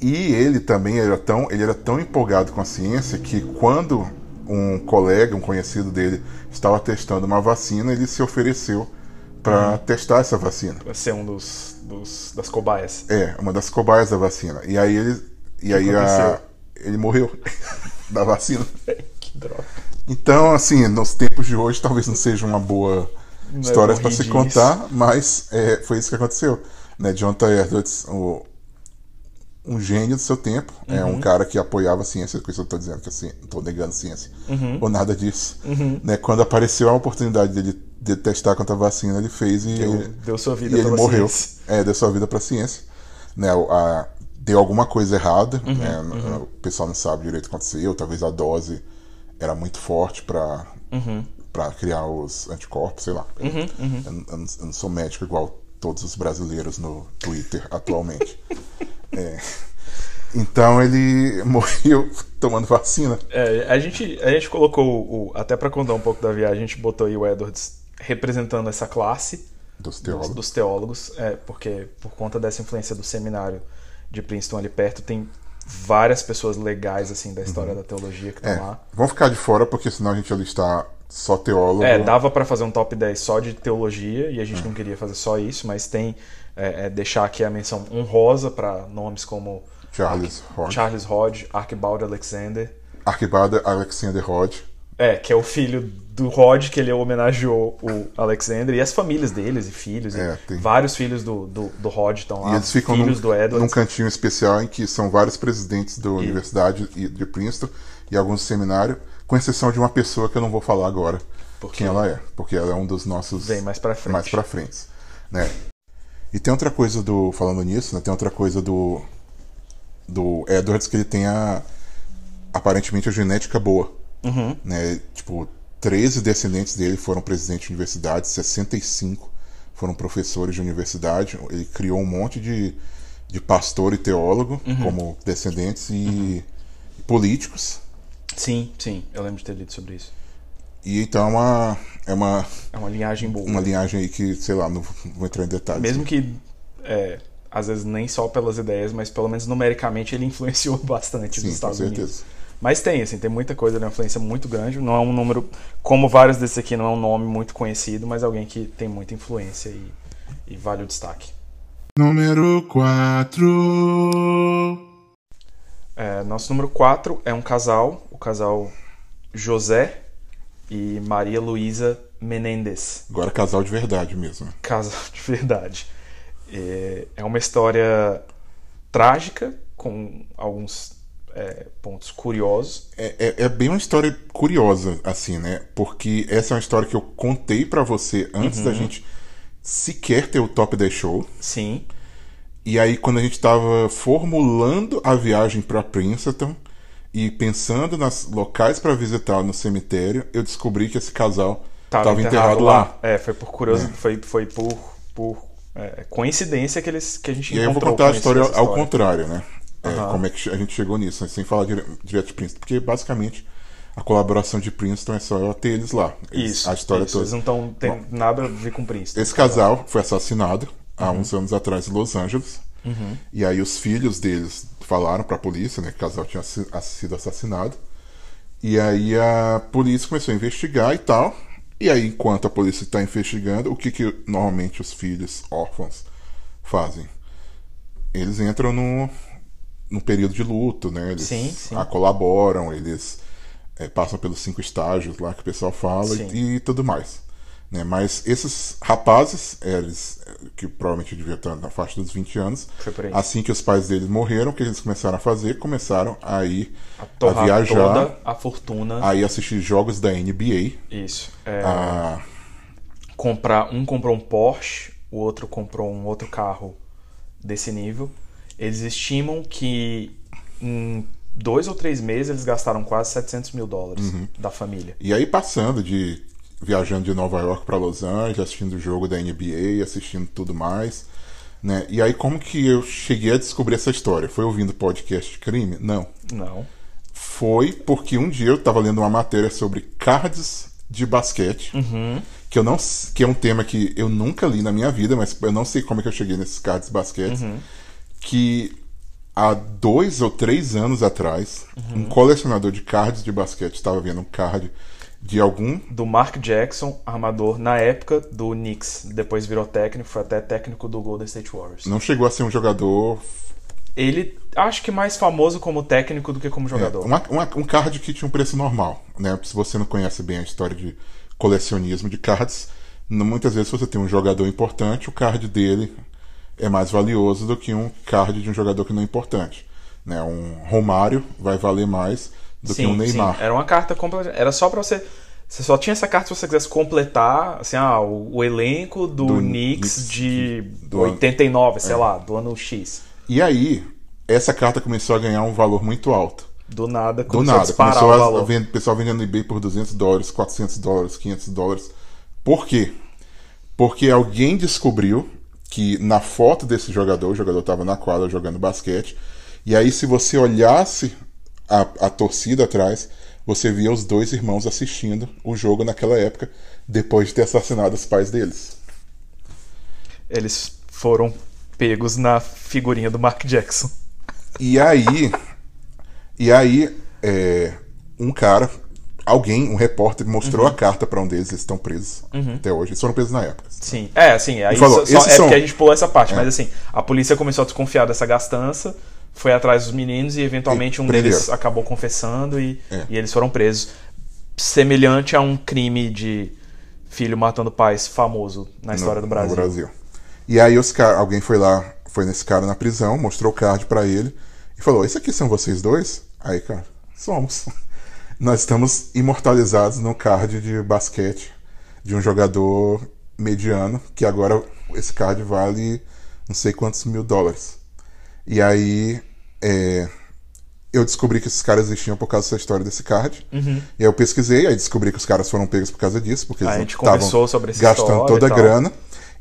E ele também era tão, ele era tão empolgado com a ciência que quando um colega, um conhecido dele, estava testando uma vacina, ele se ofereceu Uhum. para testar essa vacina. Vai ser um dos, dos- das cobaias. É, uma das cobaias da vacina. E aí ele. E aí a, aconteceu? ele morreu da vacina. que droga. Então, assim, nos tempos de hoje talvez não seja uma boa Não é história bom para rir se disso. contar, mas é, foi isso que aconteceu. Né? Jonathan Edwards, o- um gênio do seu tempo, é Uhum. um cara que apoiava a ciência, com isso eu estou dizendo que assim, não estou negando a ciência, Uhum. ou nada disso. Né? Quando apareceu a oportunidade dele de testar contra a vacina, ele fez e Deu- ele, deu sua vida e ele pela morreu. ciência. É, deu sua vida para a ciência. Né? o- a- deu alguma coisa errada, Uhum, né? o pessoal não sabe direito o que aconteceu, talvez a dose era muito forte para Uhum. para criar os anticorpos, sei lá. Eu, eu não- eu não sou médico igual todos os brasileiros no Twitter atualmente. É. Então ele morreu tomando vacina. É, a, gente, a gente colocou o. o- Até pra contar um pouco da viagem, a gente botou aí o Edwards representando essa classe Dos teólogos. dos, dos teólogos, é, porque por conta dessa influência do seminário de Princeton ali perto, tem várias pessoas legais assim da história da teologia que estão É, lá. vamos ficar de fora porque senão a gente ia listar só teólogo. É, dava pra fazer um top 10 só de teologia e a Uhum. gente não queria fazer só isso, mas tem é, é, deixar aqui a menção honrosa pra nomes como Charles Hodge. Charles Hodge, Archibald Alexander, Arquibada Alexander Hodge. É, que é o filho do Rod, que ele homenageou o Alexander e as famílias deles e filhos. e É, tem. Vários filhos do, do, do Rod estão lá. e eles ficam num, Ah, filhos do Edward. num cantinho especial em que são vários presidentes da universidade e- de Princeton e alguns do seminário, com exceção de uma pessoa que eu não vou falar agora Por quê? quem ela é, porque ela é um dos nossos Vem mais pra frente. mais pra frente, né? E tem outra coisa do falando nisso, né? Tem outra coisa do do Edwards que ele tem a aparentemente a genética boa, Uhum. né? Tipo, 13 descendentes dele foram presidentes de universidade, 65 foram professores de universidade. Ele criou um monte de, de pastor e teólogo Uhum. como descendentes e políticos. Sim, sim. Eu lembro de ter lido sobre isso. E então é uma, é uma, É uma linhagem boa. uma linhagem aí que, sei lá, não vou entrar em detalhes. Mesmo que, é, às vezes, nem só pelas ideias, mas pelo menos numericamente ele influenciou bastante Sim, nos com Estados certeza. Unidos. Mas tem, assim, tem muita coisa, ele é uma influência muito grande. Não é um número, como vários desses aqui, não é um nome muito conhecido, mas é alguém que tem muita influência e, e vale o destaque. Número 4. É, nosso número 4 é um casal, o casal José e Maria Luísa Menendez. Agora casal de verdade mesmo. Casa de Verdade. É, é uma história trágica, com alguns é, pontos curiosos. É, é- é bem uma história curiosa, assim, né? Porque essa é uma história que eu contei pra você antes da gente sequer ter o Top 10 Show. Sim, E aí, quando a gente tava formulando a viagem pra Princeton e pensando nas locais pra visitar no cemitério, eu descobri que esse casal estava tava enterrado, lá. É, foi por curiosidade, foi, foi por, por é, coincidência que, eles, que a gente E aí eu vou encontrou, contar a conheceu história, essa ao contrário, né? É, Como é que a gente chegou nisso, né? sem falar dire- direto de Princeton. Porque, basicamente, a colaboração de Princeton é só eu ter eles lá. Eles- Isso, a história isso, toda. Eles não tão, tem nada a ver com o príncipe. Esse casal foi assassinado há Uhum. uns anos atrás em Los Angeles. E aí os filhos deles falaram pra polícia, né, que o casal tinha assi- ass- sido assassinado. E aí a polícia começou a investigar e tal. E aí, enquanto a polícia está investigando, o que, que normalmente os filhos órfãos fazem? Eles entram no, no período de luto, né? Eles Sim, sim. a- colaboram, eles eh, passam pelos cinco estágios lá que o pessoal fala Sim. e, e tudo mais. Né? Mas esses rapazes, eh, eles, eh, que provavelmente devia estar na faixa dos 20 anos, Foi por aí. assim que os pais deles morreram, o que eles começaram a fazer? Começaram a ir a, Torrar viajar, toda a fortuna. a ir assistir jogos da NBA. Isso. é, a- comprar um comprou um Porsche, o outro comprou um outro carro desse nível. Eles estimam que em dois ou três meses eles gastaram quase 700 mil dólares Uhum. da família. E aí passando de viajando de Nova York para Los Angeles, assistindo o jogo da NBA, assistindo tudo mais, né? E aí como que eu cheguei a descobrir essa história? Foi ouvindo podcast de crime? Não. Não. Foi porque um dia eu tava lendo uma matéria sobre cards de basquete, que eu não s- que é um tema que eu nunca li na minha vida, mas eu não sei como é que eu cheguei nesses cards de basquete, que há dois ou três anos atrás, um colecionador de cards de basquete estava vendo um card de algum Do Mark Jackson, armador na época do Knicks. Depois virou técnico, foi até técnico do Golden State Warriors. não chegou a ser um jogador Ele acho que mais famoso como técnico do que como É, jogador. uma- uma- um card que tinha um preço normal, né? Se você não conhece bem a história de colecionismo de cards, n- muitas vezes você tem um jogador importante, o card dele é mais valioso do que um card de um jogador que não é importante, né? Um Romário vai valer mais do que um Neymar. Era uma carta completa. Era só pra você. Você só tinha essa carta se você quisesse completar assim, ah, o, o elenco do, Do Knicks Knicks de do ano- É. 89, sei lá, do ano X. E aí, essa carta começou a ganhar um valor muito alto. Do nada, Do começou a nada, disparar começou o a, valor. vend- o pessoal vendendo no eBay por 200 dólares, 400 dólares, 500 dólares. Por quê? Porque alguém descobriu que na foto desse jogador, o jogador estava na quadra jogando basquete, e aí se você olhasse a, a torcida atrás, você via os dois irmãos assistindo o jogo naquela época, depois de ter assassinado os pais deles. Eles foram pegos na figurinha do Mark Jackson. E aí, e aí, é, um cara, alguém, um repórter, mostrou a carta pra um deles, eles estão presos até hoje. Eles foram presos na época. Sim. É, assim, aí falou, só, só "Esses é são." porque a gente pulou essa parte, mas assim, a polícia começou a desconfiar dessa gastança, foi atrás dos meninos e eventualmente E um prenderam. deles acabou confessando e, É. e eles foram presos. Semelhante a um crime de filho matando pais famoso na história no, do Brasil. no E aí os cara, alguém foi lá, foi nesse cara na prisão, mostrou o card pra ele e falou: "Esse aqui são vocês dois?" Aí, cara, somos. Nós estamos imortalizados no card de basquete de um jogador mediano que agora esse card vale não sei quantos mil dólares. E aí é, eu descobri que esses caras existiam por causa dessa história desse card. Uhum. E aí eu pesquisei, aí descobri que os caras foram pegos por causa disso, porque A eles gente estavam conversou sobre essa gastando história toda e a tal. grana.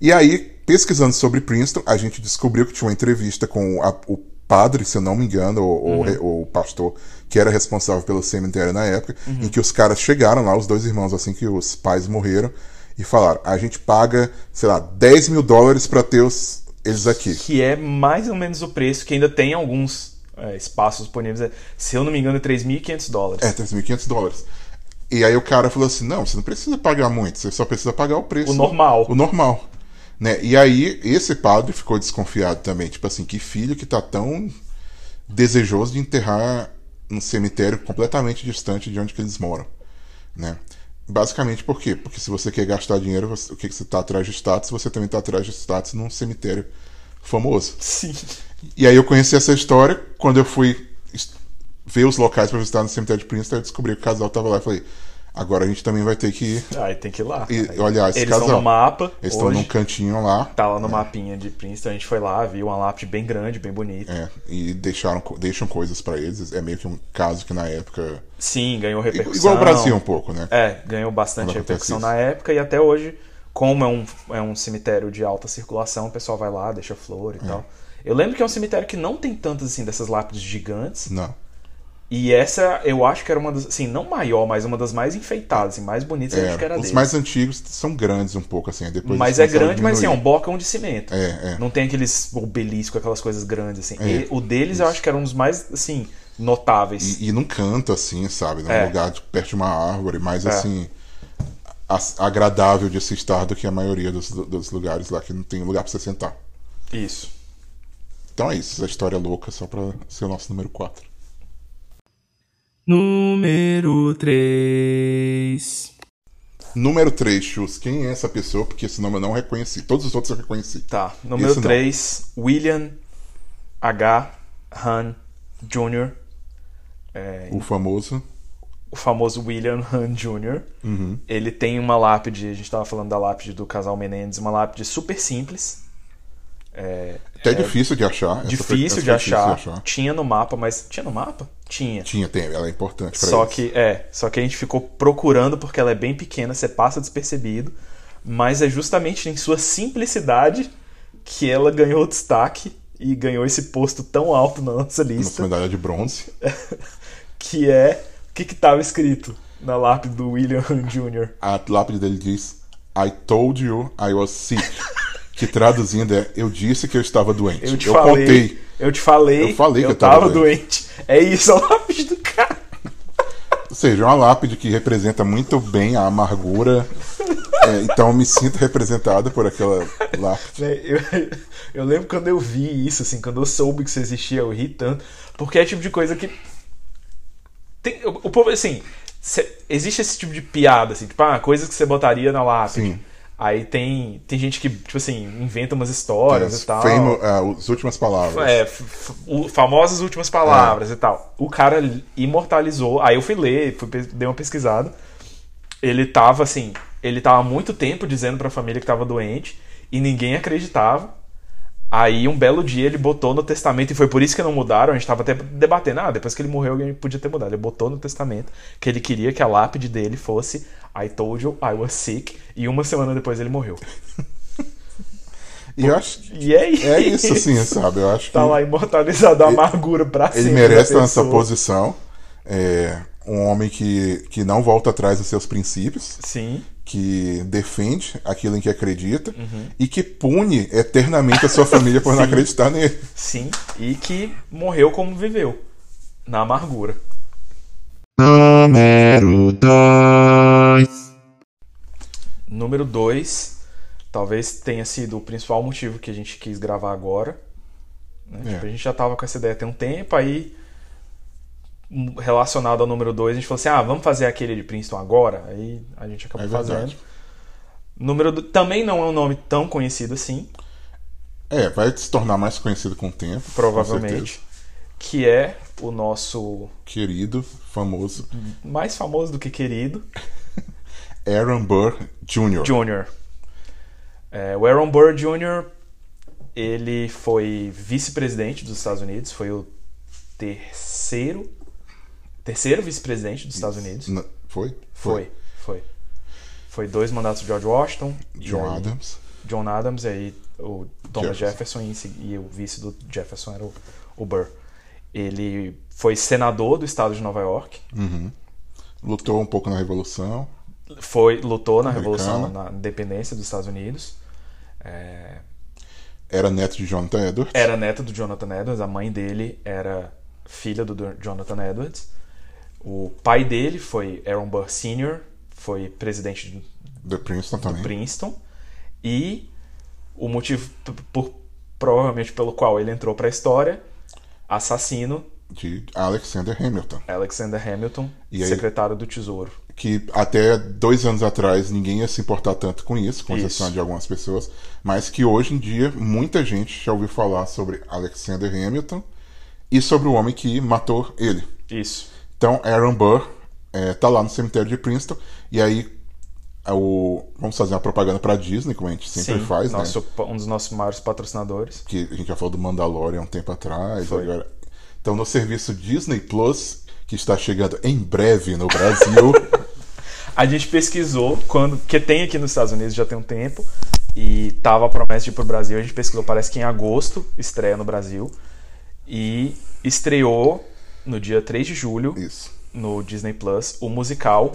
E aí, pesquisando sobre Princeton, a gente descobriu que tinha uma entrevista com a- o padre, se eu não me engano, ou, Uhum. ou re- ou o pastor, que era responsável pelo cemitério na época, Uhum. em que os caras chegaram lá, os dois irmãos, assim que os pais morreram, e falaram: a gente paga, sei lá, 10 mil dólares pra ter os, eles aqui. Que é mais ou menos o preço que ainda tem alguns é, espaços disponíveis, é, se eu não me engano, é 3.500 dólares. É, 3.500 dólares. E aí o cara falou assim: não, você não precisa pagar muito, você só precisa pagar o preço. O normal. O normal. Né? E aí esse padre ficou desconfiado também. Tipo assim, que filho que tá tão desejoso de enterrar num cemitério completamente distante de onde que eles moram. Né? Basicamente por quê? Porque se você quer gastar dinheiro, você- o que, que você tá atrás de status, você também tá atrás de status num cemitério famoso. Sim. E aí eu conheci essa história quando eu fui es- ver os locais para visitar no cemitério de Princeton, eu descobri que o casal tava lá e falei, agora a gente também vai ter que ir. Aí tem que ir lá. E, olha, esse Eles casal. estão no mapa. Eles estão hoje, num cantinho lá. Tá lá no mapinha de Princeton. A gente foi lá, viu uma lápide bem grande, bem bonita. é, e deixaram, co- deixam coisas para eles. É meio que um caso que na época. Sim, ganhou repercussão. Igual o Brasil um pouco, né? É, ganhou bastante Quando acontece repercussão isso. na época e até hoje, como é um, é um cemitério de alta circulação, o pessoal vai lá, deixa flor e tal. Eu lembro que é um cemitério que não tem tantas assim dessas lápides gigantes. Não. E essa eu acho que era uma das, assim, não maior, mas uma das mais enfeitadas e mais bonitas, eu acho que É, era os dele. mais antigos são grandes um pouco, assim. Depois Mas é eles começaram a grande, mas assim, é um diminuir. blocão de cimento. É, é. Não tem aqueles obelisco, aquelas coisas grandes, assim. É, E o deles eu acho que era um dos mais, assim, notáveis. E, e num canto, assim, sabe? Num É. lugar de- perto de uma árvore, mais assim. a- agradável de se estar do que a maioria dos, dos lugares lá que não tem lugar pra você sentar. Isso. Então é isso, essa história louca só pra ser o nosso número 4. Número 3. Número 3, Chus. Quem é essa pessoa? Porque esse nome eu não reconheci. Todos os outros eu reconheci. Tá, número Isso não. 3, William H. Han Jr., é, O famoso. o famoso William Han Jr. Ele tem uma lápide, a gente tava falando da lápide do casal Menendez, uma lápide super simples, É Até é difícil de achar. Essa foi- difícil essa de foi achar. Tinha no mapa, mas. Tinha no mapa? Tinha. Tinha, tem, ela é importante pra Só eles. que, é, só que a gente ficou procurando porque ela é bem pequena, você passa despercebido, mas é justamente em sua simplicidade que ela ganhou destaque e ganhou esse posto tão alto na Nossa nossa lista, medalha de bronze. que é o que que tava escrito na lápide do William Jr. A lápide dele diz: I told you I was sick. que traduzindo é: Eu disse que eu estava doente. Eu te falei, contei. eu te falei, Eu falei que eu tava, tava doente. É isso, a lápide do cara. Ou seja, é uma lápide que representa muito bem a amargura. É, então eu me sinto representada por aquela lápide. Né, Eu, eu lembro quando eu vi isso, assim, quando eu soube que isso existia, eu ri tanto. Porque é o tipo de coisa que. Tem, o, o povo, assim. cê- existe esse tipo de piada, assim, tipo, ah, coisas que você botaria na lápide. Sim. Aí tem, tem gente que, tipo assim, inventa umas histórias As e tal. famo- ah, as últimas palavras. tá, É, f- f- o- famosas últimas É. palavras e tal. O cara imortalizou. Aí eu fui ler, fui, pes- dei uma pesquisada. Ele tava assim, ele tava há muito tempo dizendo pra família que tava doente e ninguém acreditava. Aí um belo dia ele botou no testamento e foi por isso que não mudaram. A gente tava até debatendo, ah, depois que ele morreu alguém podia ter mudado. Ele botou no testamento que ele queria que a lápide dele fosse I told you I was sick e uma semana depois ele morreu. E eu acho que E é isso. é isso, assim, sabe? Eu acho Tá que lá imortalizado a amargura pra sempre. ele merece da estar nessa pessoa. posição. É, um homem que, que não volta atrás dos seus princípios. Sim. que defende aquilo em que acredita Uhum. e que pune eternamente a sua família por não acreditar nele. Sim, e que morreu como viveu, na amargura. Número 2. Número 2, talvez tenha sido o principal motivo que a gente quis gravar agora. né? É. Tipo, a gente já tava com essa ideia tem um tempo, aí m- relacionado ao número 2, a gente falou assim: ah, vamos fazer aquele de Princeton agora? Aí a gente acabou É fazendo. verdade. Número do... Também não é um nome tão conhecido assim, É, vai se tornar mais conhecido com o tempo. com provavelmente, certeza. que é o nosso Querido, famoso mais famoso do que querido, Aaron Burr Jr. Jr. É, o Aaron Burr Jr. ele foi vice-presidente dos Estados Unidos, foi o terceiro terceiro vice-presidente dos Estados Unidos. N- Foi? Foi, foi. Foi dois mandatos de George Washington, e John aí Adams. John Adams, e aí o Thomas Jefferson. Jefferson, e em segui- e, o vice do Jefferson era o, o Burr. Ele foi senador do estado de Nova York, Lutou um pouco na Revolução. foi lutou na revolução, Americana. na independência dos Estados Unidos. É, Era neto de Jonathan Edwards. Era neta do Jonathan Edwards, a mãe dele era filha do Don- Jonathan Edwards. O pai dele foi Aaron Burr Sr., foi presidente do The Princeton também. Princeton. E o motivo p- por, provavelmente pelo qual ele entrou para a história, assassino De Alexander Hamilton. Alexander Hamilton, E aí- secretário do Tesouro. Que até dois anos atrás ninguém ia se importar tanto com isso, com exceção Isso. de algumas pessoas. Mas que hoje em dia muita gente já ouviu falar sobre Alexander Hamilton e sobre o homem que matou ele. Isso. Então, Aaron Burr é, tá lá no cemitério de Princeton. E aí, é o... vamos fazer uma propaganda pra Disney, como a gente sempre Sim, faz, nosso- né? um dos nossos maiores patrocinadores. Que a gente já falou do Mandalorian um tempo atrás. Foi. Agora... Então, no serviço Disney Plus, que está chegando em breve no Brasil. A gente pesquisou quando. Porque tem aqui nos Estados Unidos já tem um tempo. E tava a promessa de ir pro Brasil. A gente pesquisou, parece que em agosto estreia no Brasil. E estreou no dia 3 de julho isso. no Disney Plus o musical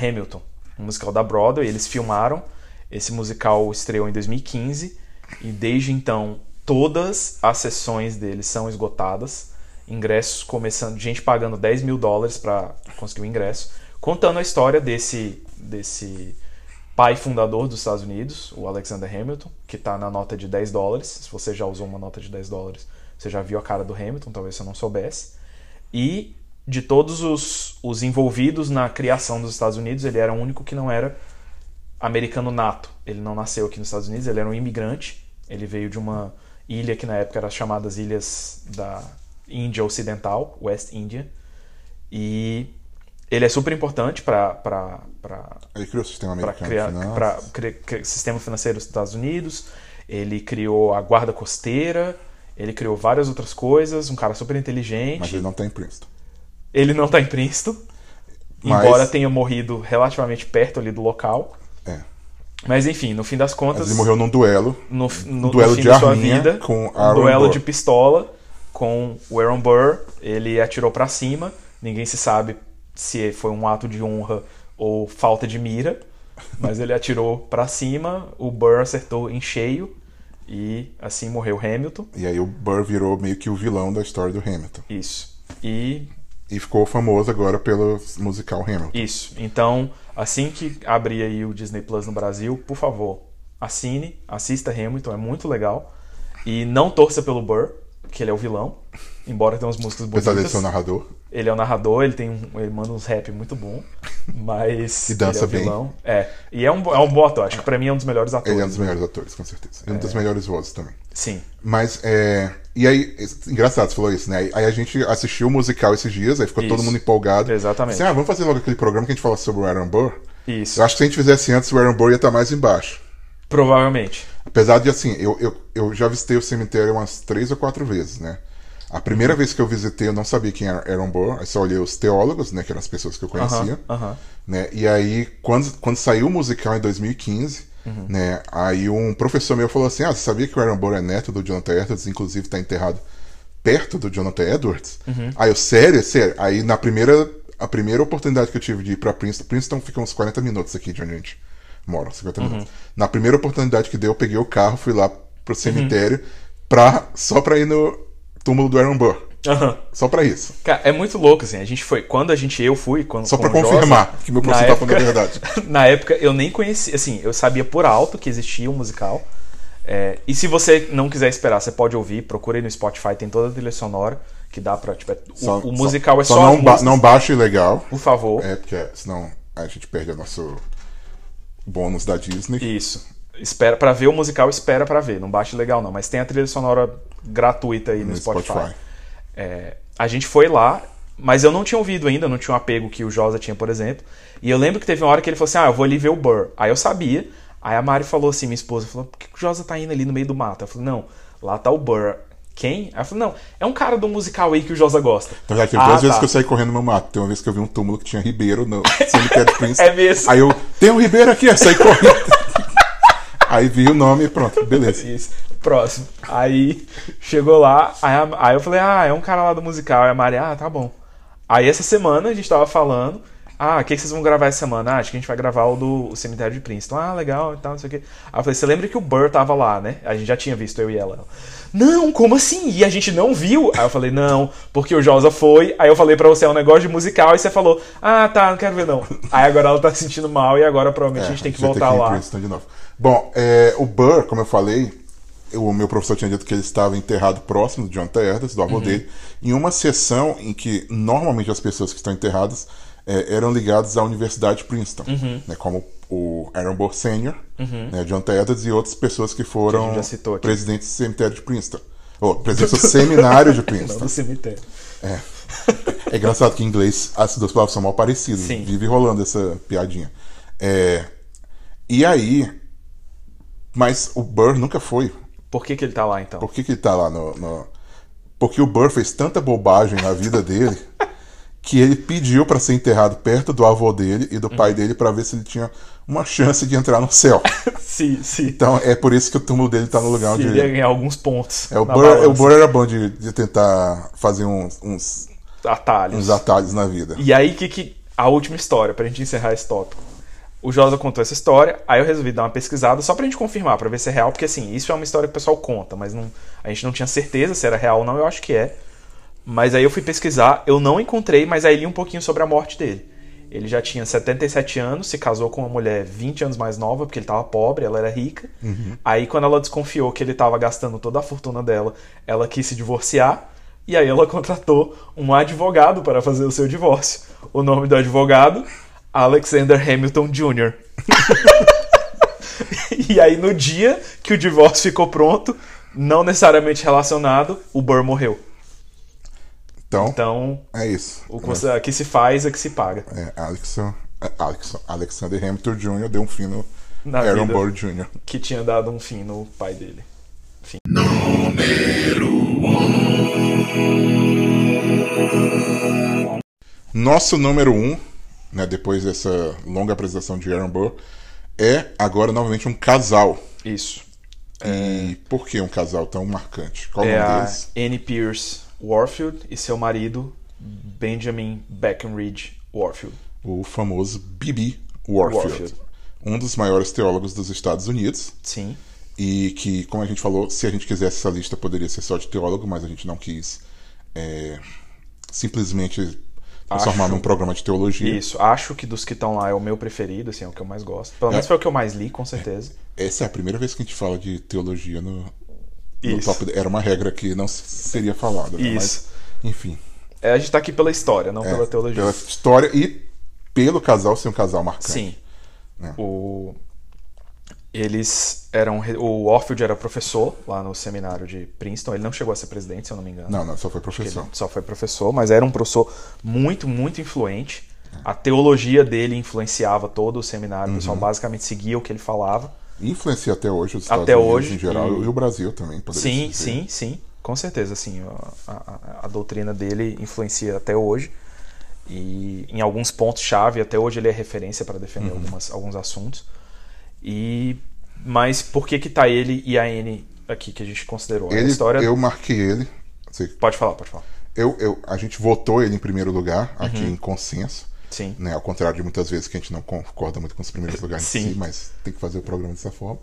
Hamilton, um musical da Broadway. Eles filmaram. Esse musical estreou em 2015 e desde então todas as sessões dele são esgotadas. Ingressos começando, gente pagando 10 mil dólares para conseguir o ingresso, contando a história desse desse pai fundador dos Estados Unidos, o Alexander Hamilton, que tá na nota de 10 dólares. Se você já usou uma nota de 10 dólares, você já viu a cara do Hamilton, talvez você não soubesse. E de todos os, os envolvidos na criação dos Estados Unidos, ele era o único que não era americano nato. Ele não nasceu aqui nos Estados Unidos, ele era um imigrante. Ele veio de uma ilha que na época era chamadas Ilhas da Índia Ocidental, West India. E ele é super importante para Aí criou o sistema para americano criar de finanças. para criar sistema financeiro dos Estados Unidos. Ele criou a guarda costeira, ele criou várias outras coisas, um cara super inteligente. Mas ele não tem Princeton. Ele não tá em Princeton, Mas- embora tenha morrido relativamente perto ali do local. É. Então Mas enfim, no fim das Mas contas, ele morreu num duelo. no, no, duelo no fim de da sua arminha vida, com um Aaron duelo Burr. de pistola com o Aaron Burr, ele atirou pra cima, ninguém se sabe se foi um ato de honra ou falta de mira, mas ele atirou pra cima, o Burr acertou em cheio e assim morreu Hamilton. E aí o Burr virou meio que o vilão da história do Hamilton. Isso. E E ficou famoso agora pelo musical Hamilton. Isso. Então, assim que abrir aí o Disney Plus no Brasil, por favor, assine, assista Hamilton, é muito legal. E não torça pelo Burr, que ele é o vilão, embora tenha umas músicas Apesar dele ser o bonitas. narrador. Ele é o narrador, ele tem um- ele manda uns rap muito bom, mas E dança ele é o bem. vilão. É. E é um, bo- é um bom ator, acho que pra mim é um dos melhores atores. Ele é um dos melhores atores, com certeza. Ele é um dos melhores vozes também. Sim. Mas, é... E aí, es- engraçado, você falou isso, né? Aí a gente assistiu o musical esses dias, aí ficou Isso. todo mundo empolgado. Exatamente. Assim, ah, vamos fazer logo aquele programa que a gente fala sobre o Aaron Burr. Isso. Eu acho que se a gente fizesse antes, o Aaron Burr ia estar mais embaixo. Provavelmente. Apesar de, assim, eu, eu, eu já visitei o cemitério umas três ou quatro vezes, né? A primeira vez que eu visitei, eu não sabia quem era Aaron Burr, eu só olhei os teólogos, né? Que eram as pessoas que eu conhecia. aham. né? E aí, quando, quando saiu o musical em 2015, Uhum. né? Aí um professor meu falou assim: Ah, você sabia que o Aaron Burr é neto do Jonathan Edwards, inclusive está enterrado perto do Jonathan Edwards? Uhum. Aí eu, sério, sério. Aí na primeira, a primeira oportunidade que eu tive de ir para Princeton, Princeton fica uns 40 minutos aqui de onde a gente mora, uns Uhum. 50 minutos. Na primeira oportunidade que deu, eu peguei o carro, fui lá Uhum. pro cemitério pra, só pra ir no túmulo do Aaron Burr. Aham. Só pra isso. Cara, é muito louco, assim. A gente foi. Quando a gente. Eu fui. Quando, Só com pra o Josa, confirmar que meu na professor tá falando a verdade. na época, eu nem conhecia. Assim, eu sabia por alto que existia um musical. É, e se você não quiser esperar, você pode ouvir. Procura aí no Spotify, tem toda a trilha sonora que dá pra. Tipo, é- o- Só- o, musical é só. as não, ba músicas, não baixa ilegal. Por favor. É, porque senão a gente perde o nosso bônus da Disney. Isso. Espera para ver o musical, espera pra ver. Não baixa legal não, mas tem a trilha sonora gratuita aí no, No Spotify. Spotify. É, a gente foi lá, mas eu não tinha ouvido ainda, não tinha um apego que o Josa tinha, por exemplo. E eu lembro que teve uma hora que ele falou assim: "Ah, eu vou ali ver o Burr". Aí eu sabia. Aí a Mari falou assim, minha esposa falou: "Por que que o Josa tá indo ali no meio do mato?". Eu falei: "Não, lá tá o Burr". Quem? Ela falou: "Não, é um cara do musical aí que o Josa gosta". Na verdade, teve Ah, Então duas vezes tá. que eu saí correndo no mato. Tem uma vez que eu vi um túmulo que tinha Ribeiro no cemitério de Prince. É mesmo. Aí eu, tem um Ribeiro aqui, eu saí correndo. Aí vi o nome e pronto, beleza. Isso. Próximo. Aí chegou lá, aí, a- é aí eu falei, ah, é um cara lá do musical. Aí a Mari, ah, tá bom. Aí essa semana a gente tava falando, Ah, o que que vocês vão gravar essa semana? Ah, acho que a gente vai gravar o do o cemitério de Princeton. Ah, legal e tal, não sei o quê. Aí eu falei, você lembra que o Burr tava lá, né? A gente já tinha visto, eu e ela. Ela, Não, como assim? E a gente não viu? Aí eu falei, não, porque o Josa foi. Aí eu falei pra você, é um negócio de musical. E você falou, ah, tá, não quero ver não. Aí agora ela tá se sentindo mal e agora É, provavelmente É, a gente tem que vai ter voltar ir em lá. Princeton de novo. Bom, é, o Burr, como eu falei, o meu professor tinha dito que ele estava enterrado próximo do John T. Edwards, do Uhum. avô dele, em uma sessão em que normalmente as pessoas que estão enterradas é, eram ligadas à Universidade de Princeton, Uhum. né, como o Aaron Burr Sr., né, John T. Edwards e outras pessoas que Que a foram gente já citou aqui. presidentes do cemitério de Princeton. Ou, presidente do seminário de Princeton. Do cemitério. É engraçado que em inglês as duas palavras são mal parecidas. Sim. Vive rolando essa piadinha. É, E aí. Mas o Burr nunca foi. Por que que ele tá lá então? Por que, que ele tá lá no, no- Porque o Burr fez tanta bobagem na vida dele que ele pediu pra ser enterrado perto do avô dele e do Uhum. pai dele pra ver se ele tinha uma chance de entrar no céu. Se, se, Então é por isso que o túmulo dele tá no lugar se onde ele ia ganhar alguns pontos. É, o na Burr, balança. o Burr era bom de, de tentar fazer uns, uns, Atalhos. uns atalhos na vida. E aí, que, que a última história, pra gente encerrar esse tópico. O Josa contou essa história, aí eu resolvi dar uma pesquisada só pra gente confirmar, pra ver se é real, porque assim, isso é uma história que o pessoal conta, mas não, a gente não tinha certeza se era real ou não, eu acho que é. Mas aí eu fui pesquisar, eu não encontrei, mas aí li um pouquinho sobre a morte dele. Ele já tinha 77 anos, se casou com uma mulher 20 anos mais nova, porque ele tava pobre, ela era rica. Aí quando ela desconfiou que ele tava gastando toda a fortuna dela, ela quis se divorciar. E aí ela contratou um advogado para fazer o seu divórcio. O nome do advogado, Alexander Hamilton Jr. e aí no dia que o divórcio ficou pronto, não necessariamente relacionado, o Burr morreu. Então, Então, é isso. o que, você- que se faz é que se paga. É, Alexson, é, Alexson, Alexander Hamilton Jr. deu um fim no Na Aaron vida. Burr Jr. Que tinha dado um fim no pai dele. Nosso número um, né, depois dessa longa apresentação de Aaron Burr, é agora novamente um casal. Isso. E por que um casal tão marcante? Qual É o nome a deles? Annie Pierce Warfield e seu marido, Benjamin Beckenridge Warfield. O famoso B.B. Warfield, Warfield. um dos maiores teólogos dos Estados Unidos. Sim. E que, como a gente falou, se a gente quisesse essa lista poderia ser só de teólogo, mas a gente não quis é, simplesmente transformar Acho- num programa de teologia. Isso. Acho que dos que estão lá é o meu preferido, assim, é o que eu mais gosto. Pelo menos foi o que eu mais li, com certeza. Essa é a primeira vez que a gente fala de teologia no, no Isso. top. Era uma regra que não se- seria falada. Né? Isso. Mas, enfim. É, a gente tá aqui pela história, não pela é, teologia. Pela história e pelo casal ser um casal marcante. Sim. Né? O... Eles eram. re- O Warfield era professor lá no seminário de Princeton. Ele não chegou a ser presidente, se eu não me engano. Não, não, só foi Ele professor. só foi professor, mas era um professor muito, muito influente. A teologia dele influenciava todo o seminário. Uhum. O pessoal basicamente seguia o que ele falava. Influencia até hoje os Estados Até Unidos hoje, em geral e- e... o Brasil também. poderia Sim, se dizer. sim, sim. Com certeza, sim. A, a- a doutrina dele influencia até hoje. E em alguns pontos-chave, até hoje ele é referência para defender Uhum. algumas- alguns assuntos. E Mas por que que tá ele e a Anne aqui que a gente considerou? a Ele, história... Eu marquei ele. assim, Pode falar, pode falar. Eu, eu, a gente votou ele em primeiro lugar, aqui Uhum. em consenso. Sim. Né? Ao contrário de muitas vezes que a gente não concorda muito com os primeiros lugares em Sim. si, mas tem que fazer o programa dessa forma.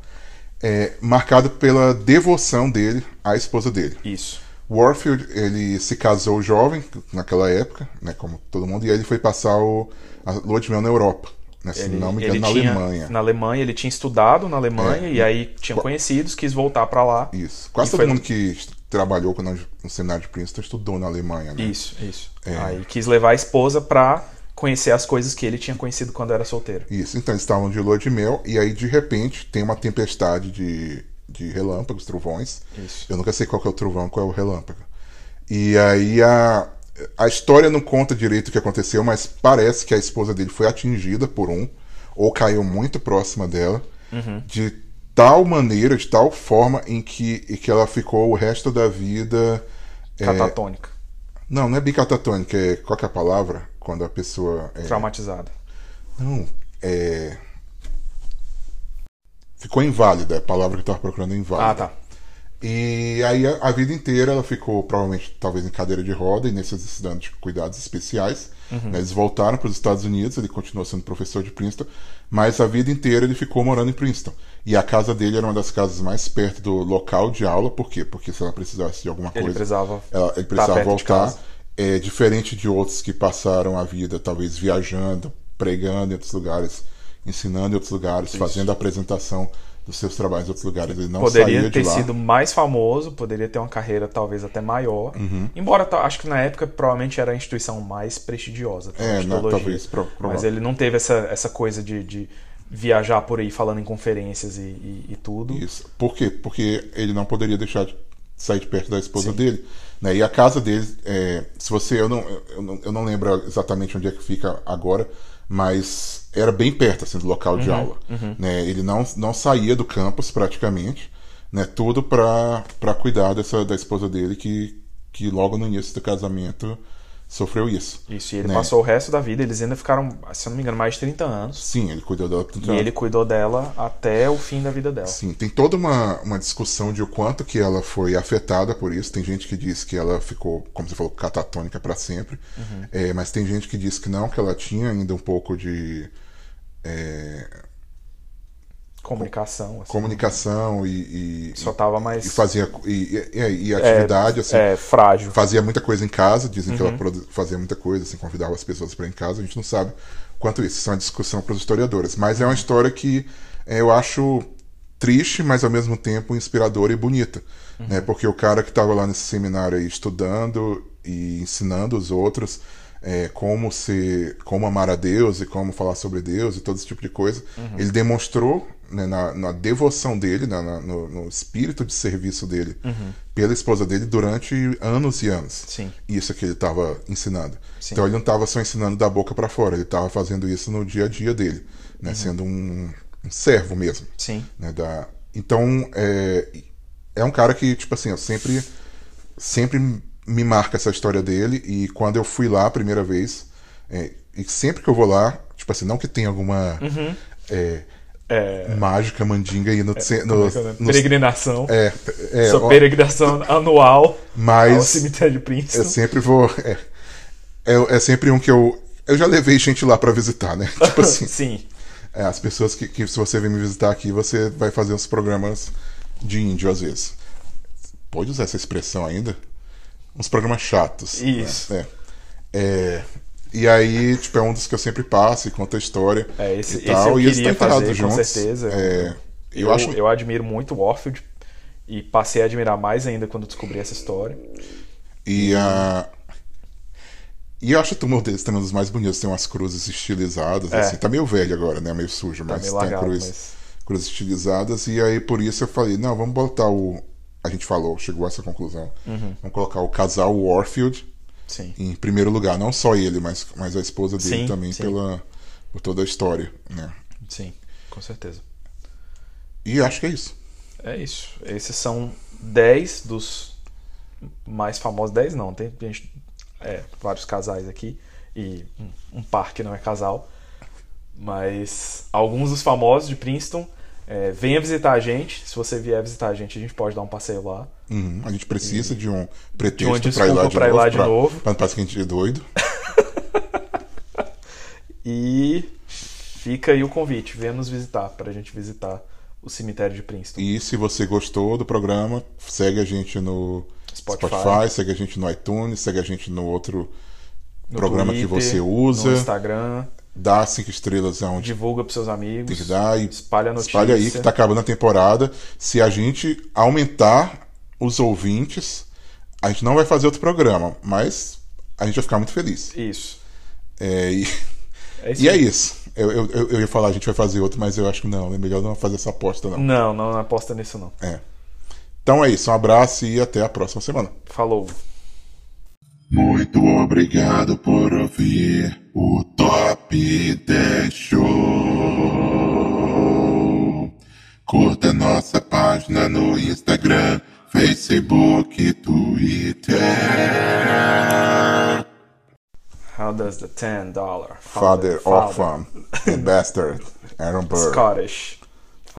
É, marcado pela devoção dele à esposa dele. Isso. Warfield, ele se casou jovem, naquela época, né, como todo mundo, e aí ele foi passar o, a lua de mel na Europa. Né, se Ele, não me ele engano, na tinha, Alemanha. Na Alemanha, ele tinha estudado na Alemanha É. e aí tinha conhecidos, quis voltar pra lá. Isso. Quase E todo foi- mundo que est- trabalhou com- no seminário de Princeton estudou na Alemanha, né? Isso, isso. É. Aí quis levar a esposa pra conhecer as coisas que ele tinha conhecido quando era solteiro. Isso, então eles estavam de lua de mel e aí de repente tem uma tempestade de, de relâmpagos, trovões. Isso. Eu nunca sei qual que é o trovão, qual é o relâmpago. E aí a, a história não conta direito o que aconteceu, mas parece que a esposa dele foi atingida por um, ou caiu muito próxima dela, de tal maneira, de tal forma em que, em que ela ficou o resto da vida. é, Catatônica, não, não é bicatatônica, é qual que é a palavra? Quando a pessoa. é, traumatizada. não, é. Ficou inválida, a palavra que eu tava procurando é inválida. Ah, tá. E aí a, a vida inteira ela ficou provavelmente talvez em cadeira de roda e necessitando de cuidados especiais. Uhum. né? Eles voltaram para os Estados Unidos, ele continuou sendo professor de Princeton, mas a vida inteira ele ficou morando em Princeton. E a casa dele era uma das casas mais perto do local de aula, por quê? Porque se ela precisasse de alguma Ele coisa, precisava ela- ele tá É, precisava perto de voltar. casa. É diferente de outros que passaram a vida talvez viajando, pregando em outros lugares, ensinando em outros lugares, fazendo a apresentação dos seus trabalhos em outros lugares. Ele não saía poderia de ter lá. sido mais famoso, poderia ter uma carreira talvez até maior. Uhum. Embora ta- acho que na época provavelmente era a instituição mais prestigiosa tá? É, de né, teologia. talvez, pro- Mas provável. ele não teve essa, essa coisa de, de viajar por aí falando em conferências e, e- e tudo. Isso. Por quê? Porque ele não poderia deixar de sair de perto da esposa dele. Né? E a casa dele, é, se você. Eu não, eu, não, eu não lembro exatamente onde é que fica agora, mas era bem perto assim, do local de aula. Né? Ele não, não saía do campus praticamente, né? tudo para cuidar dessa, da esposa dele, que, que logo no início do casamento sofreu isso. Isso, e ele né? passou o resto da vida, eles ainda ficaram, se eu não me engano, mais de 30 anos. Sim, ele cuidou dela. E ele cuidou dela até o fim da vida dela. Sim, tem toda uma, uma discussão de o quanto que ela foi afetada por isso. Tem gente que diz que ela ficou, como você falou, catatônica para sempre. Uhum. É, mas tem gente que diz que não, que ela tinha ainda um pouco de é, Comunicação, assim. comunicação e, e, Só tava mais e fazia e, e- e- e atividade, assim. é, frágil. Fazia muita coisa em casa, dizem que ela produ- fazia muita coisa, assim, convidava as pessoas para em casa, a gente não sabe quanto isso. Isso é uma discussão para os historiadores. Mas é uma história que é, eu acho triste, mas ao mesmo tempo inspiradora e bonita. Né? Porque o cara que estava lá nesse seminário aí estudando e ensinando os outros é, como ser, como amar a Deus e como falar sobre Deus e todo esse tipo de coisa, Uhum. ele demonstrou né, na, na devoção dele, na- na- no, no espírito de serviço dele pela esposa dele durante anos e anos. Uhum. Sim. Isso que ele estava ensinando. Sim. Então ele não estava só ensinando da boca para fora, ele estava fazendo isso no dia a dia dele, né, Uhum. sendo um, um servo mesmo. Sim. né, da- Então é... é um cara que tipo assim, eu sempre sempre me marca essa história dele e quando eu fui lá a primeira vez é, e sempre que eu vou lá, tipo assim, não que tenha alguma é, mágica mandinga aí no, ce- no, né? nos- Peregrinação. é, é, Sua ó, peregrinação anual ao mas cemitério de Princeton. eu sempre vou. É, é, é sempre um que eu. Eu já levei gente lá pra visitar, né? Tipo assim, Sim. é, as pessoas que, que se você vem me visitar aqui, você vai fazer uns programas de índio às vezes. Pode usar essa expressão ainda? Uns programas chatos. né? Isso. É. É, e aí, tipo, é um dos que eu sempre passo e conta a história. É, esse- e esse tal, eu e eles queria estão enterrados fazer, com juntos. certeza. É, eu, Eu, acho. eu, admiro muito o Warfield e passei a admirar mais ainda quando descobri essa história. E a. E eu acho o túmulo deles também um dos mais bonitos. Tem umas cruzes estilizadas, É. Tá assim. Tá meio velho agora, né? Meio sujo, mas tem meio lagado, cruz, mas- cruzes estilizadas. E aí, por isso, eu falei, não, vamos botar o... A gente falou, chegou a essa conclusão. Uhum. Vamos colocar o casal Warfield Sim. em primeiro lugar. Não só ele, mas, mas a esposa dele Sim, também sim. Pela, por toda a história, né? Sim, com certeza. E acho que é isso. É isso. Esses são 10 dos mais famosos. 10 não, tem gente, é, vários casais aqui e um, um par que não é casal. Mas alguns dos famosos de Princeton. É, venha visitar a gente. Se você vier visitar a gente, a gente pode dar um passeio lá. Uhum. A gente precisa de um pretexto pra ir desculpa lá de pra ir novo. lá de novo. Pra não parecer que a gente é doido. E fica aí o convite. Venha nos visitar pra gente visitar o cemitério de Princeton. E se você gostou do programa, segue a gente no Spotify. Spotify, segue a gente no iTunes, segue a gente no outro No programa Twitter, que você usa. No Instagram. Dá cinco estrelas aonde Divulga pros seus amigos. tem que dar e Espalha a notícia. espalha aí que tá acabando a temporada. Se a gente aumentar os ouvintes, a gente não vai fazer outro programa, mas a gente vai ficar muito feliz. Isso. É, e, É isso e é aí. isso. Eu, eu, eu- eu ia falar, a gente vai fazer outro, mas eu acho que não, é melhor não fazer essa aposta, não. Não, não aposta nisso não. É. Então é isso, um abraço e até a próxima semana. Falou. Muito obrigado por ouvir o Top 10 Show. Curta nossa página no Instagram, Facebook, Twitter. How does the ten dollar Father, of Orphan and um, Bastard, Aaron Burr. Scottish